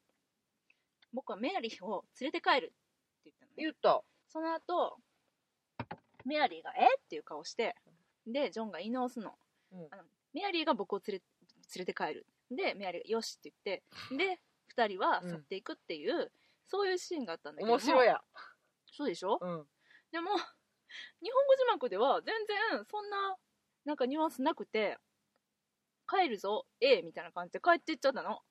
Speaker 1: 僕はメアリーを連れて帰るって言ったのね
Speaker 2: 言った。
Speaker 1: その後メアリーが「えっ?」ていう顔してでジョンが言い直すの
Speaker 2: うん
Speaker 1: あのメアリーが僕を連れ連れて帰るでメアリーが「よし」って言ってで2人は去っていくっていう、そういうシーンがあったんだけども
Speaker 2: 面白いや。
Speaker 1: そうでしょ、
Speaker 2: うん。
Speaker 1: でも日本語字幕では全然そんななんかニュアンスなくて「帰るぞ A」みたいな感じで帰っていっちゃったの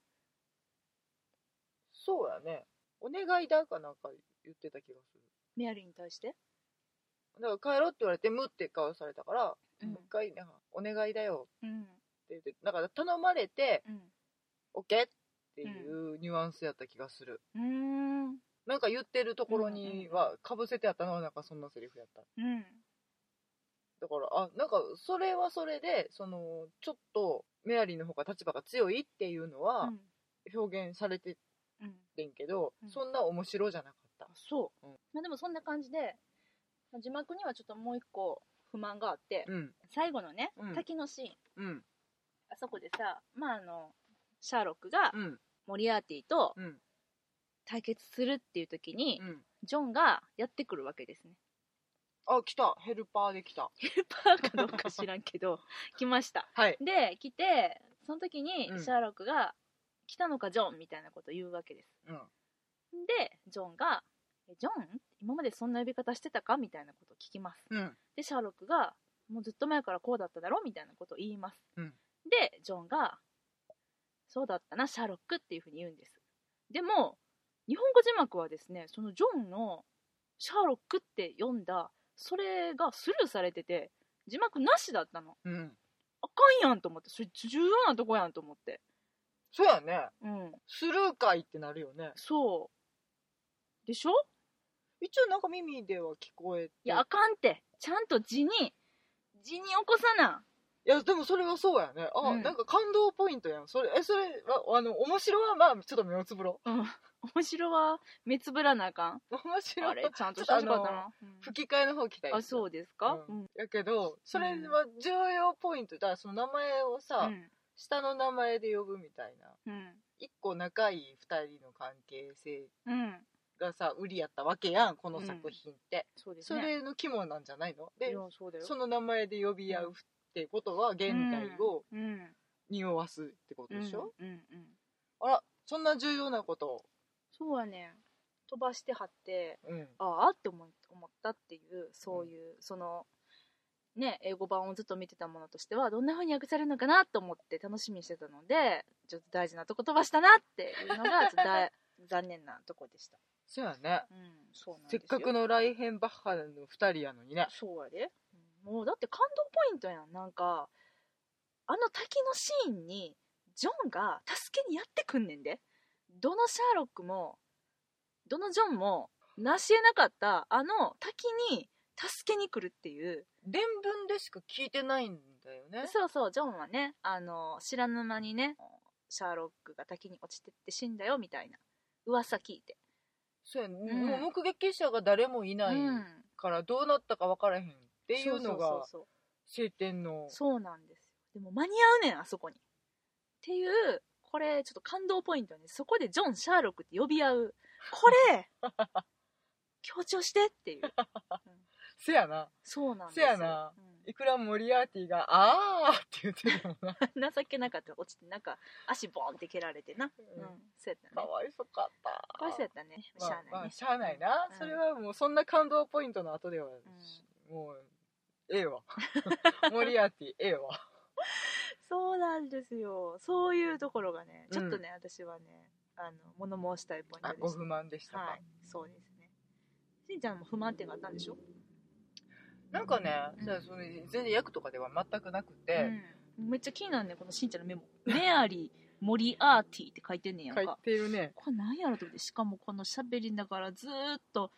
Speaker 2: そうやね。お願いだかなんか言ってた気がする。
Speaker 1: メアリーに対して、
Speaker 2: だから帰ろうって言われて、むって顔されたから、
Speaker 1: うん
Speaker 2: もう一回、なんか、お願いだよ
Speaker 1: うん
Speaker 2: って言って、なんか頼まれて、
Speaker 1: うん
Speaker 2: オッケーっていうニュアンスやった気がする。
Speaker 1: うーん
Speaker 2: なんか言ってるところには、かぶせてあったのは、なんかそんなセリフやった。
Speaker 1: うん
Speaker 2: だから、あ、なんか、それはそれで、その、ちょっと、メアリーの方が立場が強いっていうの
Speaker 1: う
Speaker 2: は、
Speaker 1: ん
Speaker 2: 表現されて
Speaker 1: うん
Speaker 2: てんけど、
Speaker 1: うん
Speaker 2: そんな面白じゃなかった
Speaker 1: あ。そう、
Speaker 2: うん
Speaker 1: まあ、でもそんな感じでまあ字幕にはちょっともう一個不満があって、
Speaker 2: うん、
Speaker 1: 最後のね、
Speaker 2: うん
Speaker 1: 滝のシーン
Speaker 2: うん、
Speaker 1: あそこでさまああのシャーロックが
Speaker 2: うん、
Speaker 1: モリアーティと
Speaker 2: うん、
Speaker 1: 対決するっていう時に、
Speaker 2: うん。
Speaker 1: ジョンがやってくるわけ
Speaker 2: [LAUGHS]
Speaker 1: ですね
Speaker 2: あ、来たヘルパーで来た。
Speaker 1: ヘルパーかどうか知らんけど [LAUGHS] 来ました
Speaker 2: はい。
Speaker 1: で来てその時に
Speaker 2: うん
Speaker 1: シャーロックが「来たのかジョン」みたいなことを言うわけです
Speaker 2: うん。
Speaker 1: でジョンが「えジョン今までそんな呼び方してたか?」みたいなことを聞きます
Speaker 2: うん。
Speaker 1: でシャーロックが「もうずっと前からこうだっただろ」みたいなことを言います、
Speaker 2: うん
Speaker 1: でジョンが「そうだったなシャーロック」っていうふうに言うんですでも日本語字幕はですねそのジョンの「シャーロック」って読んだそれがスルーされてて字幕なしだったの
Speaker 2: うん。
Speaker 1: あかんやんと思ってそれ重要なとこやんと思って
Speaker 2: そうやね。
Speaker 1: うん
Speaker 2: スルーかいってなるよね。
Speaker 1: そうでしょ
Speaker 2: 一応なんか耳では聞こえて。
Speaker 1: いやあかんってちゃんと字に字に起こさない
Speaker 2: やでもそれはそうやね。あ、
Speaker 1: うん
Speaker 2: なんか感動ポイントやん。それ、え、それ、ああの、面白は、まあ、ちょっと目をつぶろ
Speaker 1: うん面白は目つぶらなあかん
Speaker 2: う。面
Speaker 1: [LAUGHS]
Speaker 2: 白
Speaker 1: あれちゃんとしてほしかったな。うん
Speaker 2: 吹き替えの方来たい。
Speaker 1: あ、そうですか？
Speaker 2: う
Speaker 1: うんん。
Speaker 2: やけど、それは重要ポイント。だからその名前を
Speaker 1: う
Speaker 2: さ、
Speaker 1: ん。
Speaker 2: 下の名前で呼ぶみたいな。
Speaker 1: うん。
Speaker 2: 一個仲いい二人の関係性
Speaker 1: うん。
Speaker 2: がさ、売りやったわけやん、この作品って。
Speaker 1: そうです
Speaker 2: そ
Speaker 1: ね。
Speaker 2: れの肝なんじゃないの
Speaker 1: い
Speaker 2: で
Speaker 1: や、そうだよ。
Speaker 2: その名前で呼び合うってことは、現代を
Speaker 1: うん。
Speaker 2: 匂わすってこと
Speaker 1: うん。
Speaker 2: でしょ、
Speaker 1: うんうん。
Speaker 2: あら、そんな重要なことを。
Speaker 1: そうやね。飛ばして貼って、
Speaker 2: うん。
Speaker 1: ああって思い思ったっていうそういうその。ね、英語版をずっと見てたものとしてはどんな風に訳されるのかなと思って楽しみにしてたのでちょっと大事なとこ飛ばしたなっていうのがちょっと
Speaker 2: [LAUGHS]
Speaker 1: だい残念なとこでした、
Speaker 2: そうやね。
Speaker 1: うん、そうなんです
Speaker 2: せっ
Speaker 1: よ
Speaker 2: かくのライヘンバッハの二人やのにね。
Speaker 1: そうやで、もうだって感動ポイントやんなんかあの滝のシーンにジョンが助けにやってくんねんでどのシャーロックもどのジョンも成し得なかったあの滝に助けに来るっていう
Speaker 2: 伝聞でしか聞いてないんだよね。
Speaker 1: そうそうジョンはねあの知らぬ間にねシャーロックが滝に落ちてって死んだよみたいな噂聞いて
Speaker 2: そうやね。
Speaker 1: ん
Speaker 2: もう目撃者が誰もいないうからどうなったか分からへんって
Speaker 1: て
Speaker 2: いうのが晴天の。
Speaker 1: そうなんですよでも間に合うねんあそこにっていうこれちょっと感動ポイントねそこでジョン・シャーロックって呼び合うこれ強調してっていう
Speaker 2: せやな。
Speaker 1: そうなんですよ
Speaker 2: せやな、いくらモリアーティが、あーって言ってるもんな。
Speaker 1: うん情けなかった落ちてなんか足ボーンって蹴られてな、うんそうやった
Speaker 2: [LAUGHS] か
Speaker 1: ね
Speaker 2: わいそかった。
Speaker 1: かわいそうやったねし
Speaker 2: ま
Speaker 1: ゃ
Speaker 2: あ
Speaker 1: あないね、
Speaker 2: まあ、しゃあないな、
Speaker 1: うん
Speaker 2: それはもうそんな感動ポイントの後では、もうええわ [LAUGHS] モリアーティええわ
Speaker 1: そうなんですよそういうところがねちょっとね、私はねあの物申したいポイント
Speaker 2: あ
Speaker 1: で
Speaker 2: ご
Speaker 1: し
Speaker 2: 不満でした
Speaker 1: た
Speaker 2: か、
Speaker 1: はいそうですねしんちゃんも不満点があったんでしょ、
Speaker 2: なんかね、
Speaker 1: うん
Speaker 2: じゃあそれ全然役とかでは全くなくて、
Speaker 1: うん、めっちゃ気になるねこのしんちゃんの [LAUGHS] メモ「メアリー・モリアーティ」って書いてんねんやん
Speaker 2: 書
Speaker 1: か
Speaker 2: いてるね
Speaker 1: これなんやろと思ってしかもこの喋りながらずーっと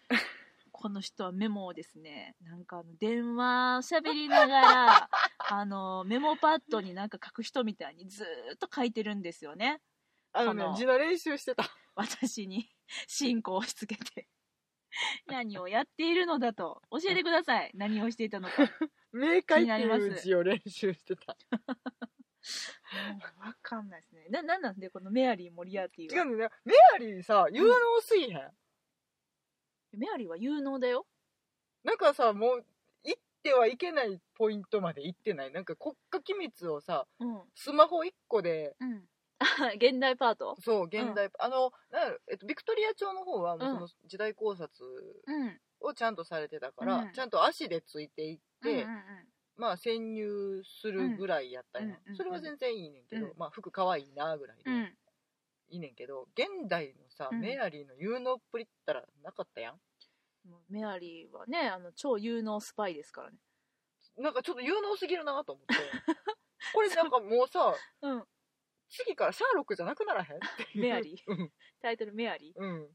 Speaker 1: この人はメモをです [LAUGHS] ねなんかあの電話喋りながら [LAUGHS] あのメモパッドになんか書く人みたいにずーっと書いてるんですよね
Speaker 2: あの
Speaker 1: こ
Speaker 2: ね
Speaker 1: の
Speaker 2: 字の練習してた
Speaker 1: 私に [LAUGHS] 信仰を押し付けて [LAUGHS] 何をやっているのだと教えてください何をしていたのか [LAUGHS] も
Speaker 2: 明快って
Speaker 1: 気になり
Speaker 2: い
Speaker 1: ま
Speaker 2: う
Speaker 1: す
Speaker 2: 字を練習してた
Speaker 1: う分かんないですねななんなんでこのメアリー・モリアーティ
Speaker 2: 違
Speaker 1: は
Speaker 2: うんだよねメアリーさ有能すぎへん、
Speaker 1: メアリーは有能だよ
Speaker 2: なんかさもう行ってはいけないポイントまで行ってないなんか国家機密をさ
Speaker 1: うん
Speaker 2: スマホ1個で
Speaker 1: うん [LAUGHS] 現代パート
Speaker 2: そう現代、あのなんやろえっと、ビクトリア朝の方はもう
Speaker 1: うん
Speaker 2: その時代考察
Speaker 1: うん
Speaker 2: をちゃんとされてたから、
Speaker 1: うん
Speaker 2: ちゃんと足でついていって、
Speaker 1: うんうんうん
Speaker 2: まあ潜入するぐらいやったんや、
Speaker 1: うん
Speaker 2: それは全然いいねんけど、
Speaker 1: うん
Speaker 2: まあ服可愛いなぐらいで、
Speaker 1: うん、
Speaker 2: いいねんけど現代のさ、
Speaker 1: うん
Speaker 2: メアリーの有能っぷりったらなかったやん
Speaker 1: もうメアリーはねあの超有能スパイですからね
Speaker 2: なんかちょっと有能すぎるな
Speaker 1: [LAUGHS]
Speaker 2: と思ってこれなんかもうさ
Speaker 1: うん
Speaker 2: 次からシャーロックじゃなくならへんっていう
Speaker 1: メアリー
Speaker 2: うん
Speaker 1: タイトルメアリー、
Speaker 2: [LAUGHS] うん
Speaker 1: うん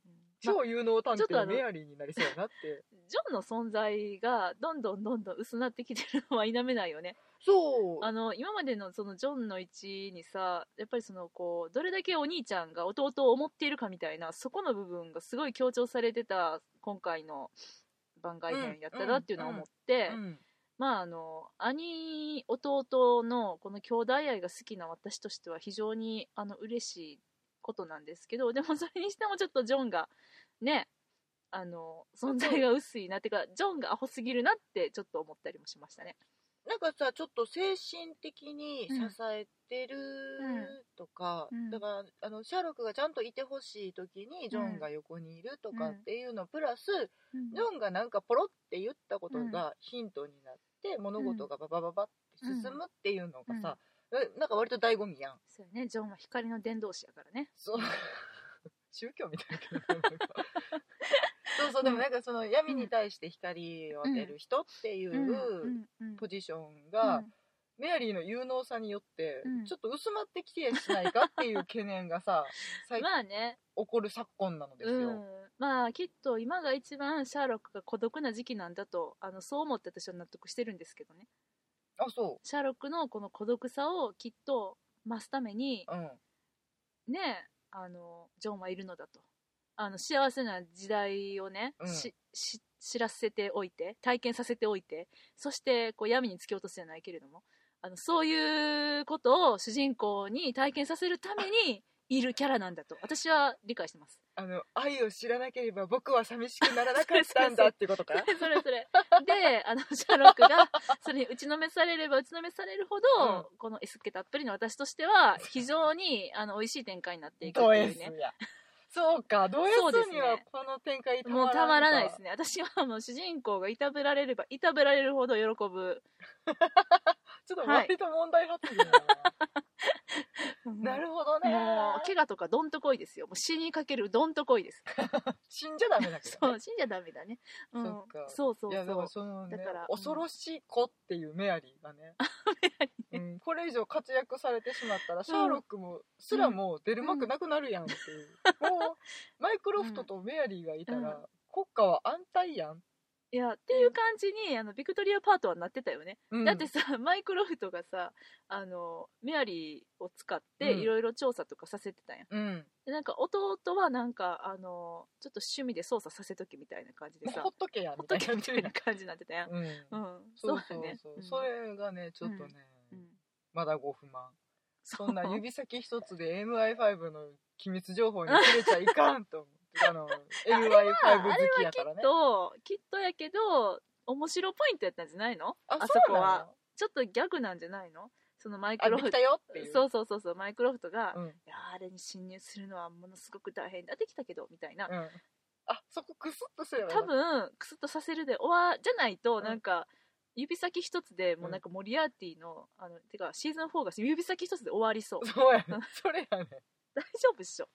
Speaker 1: まあ
Speaker 2: 超有能探
Speaker 1: ちょっとあ
Speaker 2: 偵
Speaker 1: の
Speaker 2: メアリーになりそうやなって
Speaker 1: [LAUGHS] ジョンの存在がどんどんどんどん薄なってきてるのは否めないよね
Speaker 2: そう
Speaker 1: あの今までのそのジョンの位置にさやっぱりそのこうどれだけお兄ちゃんが弟を思っているかみたいなそこの部分がすごい強調されてた今回の番外編やったなっていうのは思って、
Speaker 2: うん
Speaker 1: まああの兄弟のこの兄弟愛が好きな私としては非常にあの嬉しいことなんですけどでもそれにしてもちょっとジョンがねあの存在が薄いなってかジョンがアホすぎるなってちょっと思ったりもしましたね。
Speaker 2: なんかさちょっと精神的に支えてる
Speaker 1: ん
Speaker 2: とか、
Speaker 1: うん
Speaker 2: だからあのシャーロックがちゃんといてほしい時にジョンが横にいるとかっていうのプラス、ジョンがなんかポロって言ったことがヒントになって、物事がババババって進むっていうのがさ、ななんか割と醍醐味やん。
Speaker 1: そうやねジョンは光の伝道師やからね。
Speaker 2: そう [LAUGHS] 宗教みたいなけどなんかそうそうでもなんかその闇に対して光を当てる人っていううんう
Speaker 1: うん
Speaker 2: ポジションが、
Speaker 1: うん
Speaker 2: メアリーの有能さによって、
Speaker 1: うん
Speaker 2: ちょっと薄まってきてやしないかっていう懸念
Speaker 1: [LAUGHS]
Speaker 2: がさ最
Speaker 1: まあね、
Speaker 2: 起こる昨今なのですよ。
Speaker 1: うん、まあきっと今が一番シャーロックが孤独な時期なんだとあのそう思って私は納得してるんですけどね。
Speaker 2: あそ
Speaker 1: シャーロックのこの孤独さをきっと増すために
Speaker 2: う、うん、
Speaker 1: ねあのジョンはいるのだとあの幸せな時代をね、
Speaker 2: うん
Speaker 1: しし知らせておいて体験させておいてそしてこう闇に突き落とすじゃないけれどもあのそういうことを主人公に体験させるためにいるキャラなんだと私は理解してます
Speaker 2: あの愛を知らなければ僕は寂しくならなかったんだってこと
Speaker 1: [LAUGHS] そ
Speaker 2: か
Speaker 1: れそれであのシャーロックがそれに打ちのめされれば打ちのめされるほど、このエスケたっぷりの私としては非常にあの美味しい展開になっていくって
Speaker 2: ド
Speaker 1: い
Speaker 2: S
Speaker 1: うね
Speaker 2: やそうかド S
Speaker 1: そうですね
Speaker 2: にはこの展開
Speaker 1: もうたまらないです
Speaker 2: ね
Speaker 1: ね私はもう主人公がいたぶられればいたぶられるほど喜ぶ
Speaker 2: ちょっと
Speaker 1: はい
Speaker 2: 割と問題発言だな、なるほどね
Speaker 1: もう怪我とかどんとこい
Speaker 2: [LAUGHS]
Speaker 1: ですよもう死にかけるどんとこいです
Speaker 2: 死んじゃダメだけど
Speaker 1: そ
Speaker 2: ね
Speaker 1: う死んじゃダメだね、うん、
Speaker 2: そっか
Speaker 1: そうそう
Speaker 2: いやで
Speaker 1: そ
Speaker 2: も
Speaker 1: う
Speaker 2: そのね
Speaker 1: だから
Speaker 2: 恐ろしい子っていうメア
Speaker 1: [LAUGHS]
Speaker 2: リーがねうん、これ以上活躍されてしまったらシャーロックもすらもう出る幕なくなるやんっていう、もうマイクロフトとメアリーがいたら、
Speaker 1: うん
Speaker 2: 国家は安泰やん、
Speaker 1: いやっていう感じにあのビクトリアパートはなってたよね、
Speaker 2: うん
Speaker 1: だってさ [LAUGHS] マイクロフトがさあのメアリーを使って
Speaker 2: うん
Speaker 1: いろいろ調査とかさせてたやん、
Speaker 2: うん
Speaker 1: でなんか弟はなんかあのちょっと趣味で操作させとけみたいな感じで
Speaker 2: もう
Speaker 1: さ
Speaker 2: ほっとけやん
Speaker 1: ほっ
Speaker 2: みた
Speaker 1: と
Speaker 2: いな
Speaker 1: けみたいな感じになってたやん
Speaker 2: うん
Speaker 1: [LAUGHS] うん、
Speaker 2: そう
Speaker 1: だ
Speaker 2: そうそう
Speaker 1: ね
Speaker 2: そ,、
Speaker 1: うん
Speaker 2: れがねちょっとね、
Speaker 1: うん
Speaker 2: まだご不満
Speaker 1: そ
Speaker 2: そんな指先一つで MI5 の機密情報に触れちゃいかんと思って
Speaker 1: [LAUGHS]
Speaker 2: あの MI5 好きやか
Speaker 1: き
Speaker 2: ら
Speaker 1: っ
Speaker 2: ね
Speaker 1: ときっとやけど面白ポイントやったんじゃないのあそ
Speaker 2: そう
Speaker 1: こ
Speaker 2: なの
Speaker 1: はちょっとギャグなんじゃないのそのマイク
Speaker 2: あ
Speaker 1: ロ
Speaker 2: で
Speaker 1: フ
Speaker 2: き
Speaker 1: ト
Speaker 2: たよっていう
Speaker 1: そうそうそうそうマイクロフトが、
Speaker 2: う
Speaker 1: い
Speaker 2: ん
Speaker 1: うやあれに侵入するのはものすごく大変だできたけどみたいな、
Speaker 2: んあそこクスッとすればよか
Speaker 1: 多
Speaker 2: った
Speaker 1: 分クスッとさせるで終わじゃないと
Speaker 2: ん
Speaker 1: なんか、指先一つでもうなんかモリアーティの,、あのてかシーズン4が指先一つで終わりそう
Speaker 2: そうやね。それやね。
Speaker 1: 大丈夫っしょ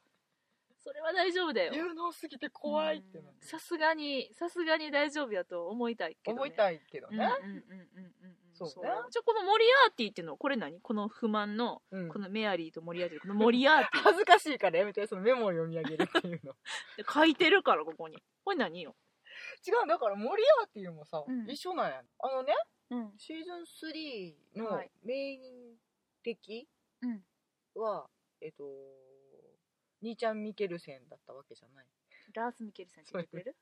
Speaker 1: それは大丈夫だよ
Speaker 2: 有能すぎて怖いってなって
Speaker 1: さすがにさすがに大丈夫やと思いたいけど、ね、
Speaker 2: 思いたいけど
Speaker 1: うん
Speaker 2: ね、
Speaker 1: うんうんうんうんうん
Speaker 2: そうね
Speaker 1: じゃあこのモリアーティっていうのはこれ何この不満の
Speaker 2: うん
Speaker 1: このメアリーとモリアーティこのモリアーテ
Speaker 2: 恥ずかしいからやめてそのメモを読み上げるっていうの
Speaker 1: ィ
Speaker 2: [LAUGHS]
Speaker 1: って書いてるからここにこれ何よ、
Speaker 2: 違うだからモリアーティもさ、
Speaker 1: うん
Speaker 2: 一緒なんやあのね
Speaker 1: うん
Speaker 2: シーズン3の
Speaker 1: はい
Speaker 2: メイン的
Speaker 1: うん、
Speaker 2: は、えっと兄ちゃんミケルセンだったわけじゃない
Speaker 1: ラース・ミケルセンって言ってくれる、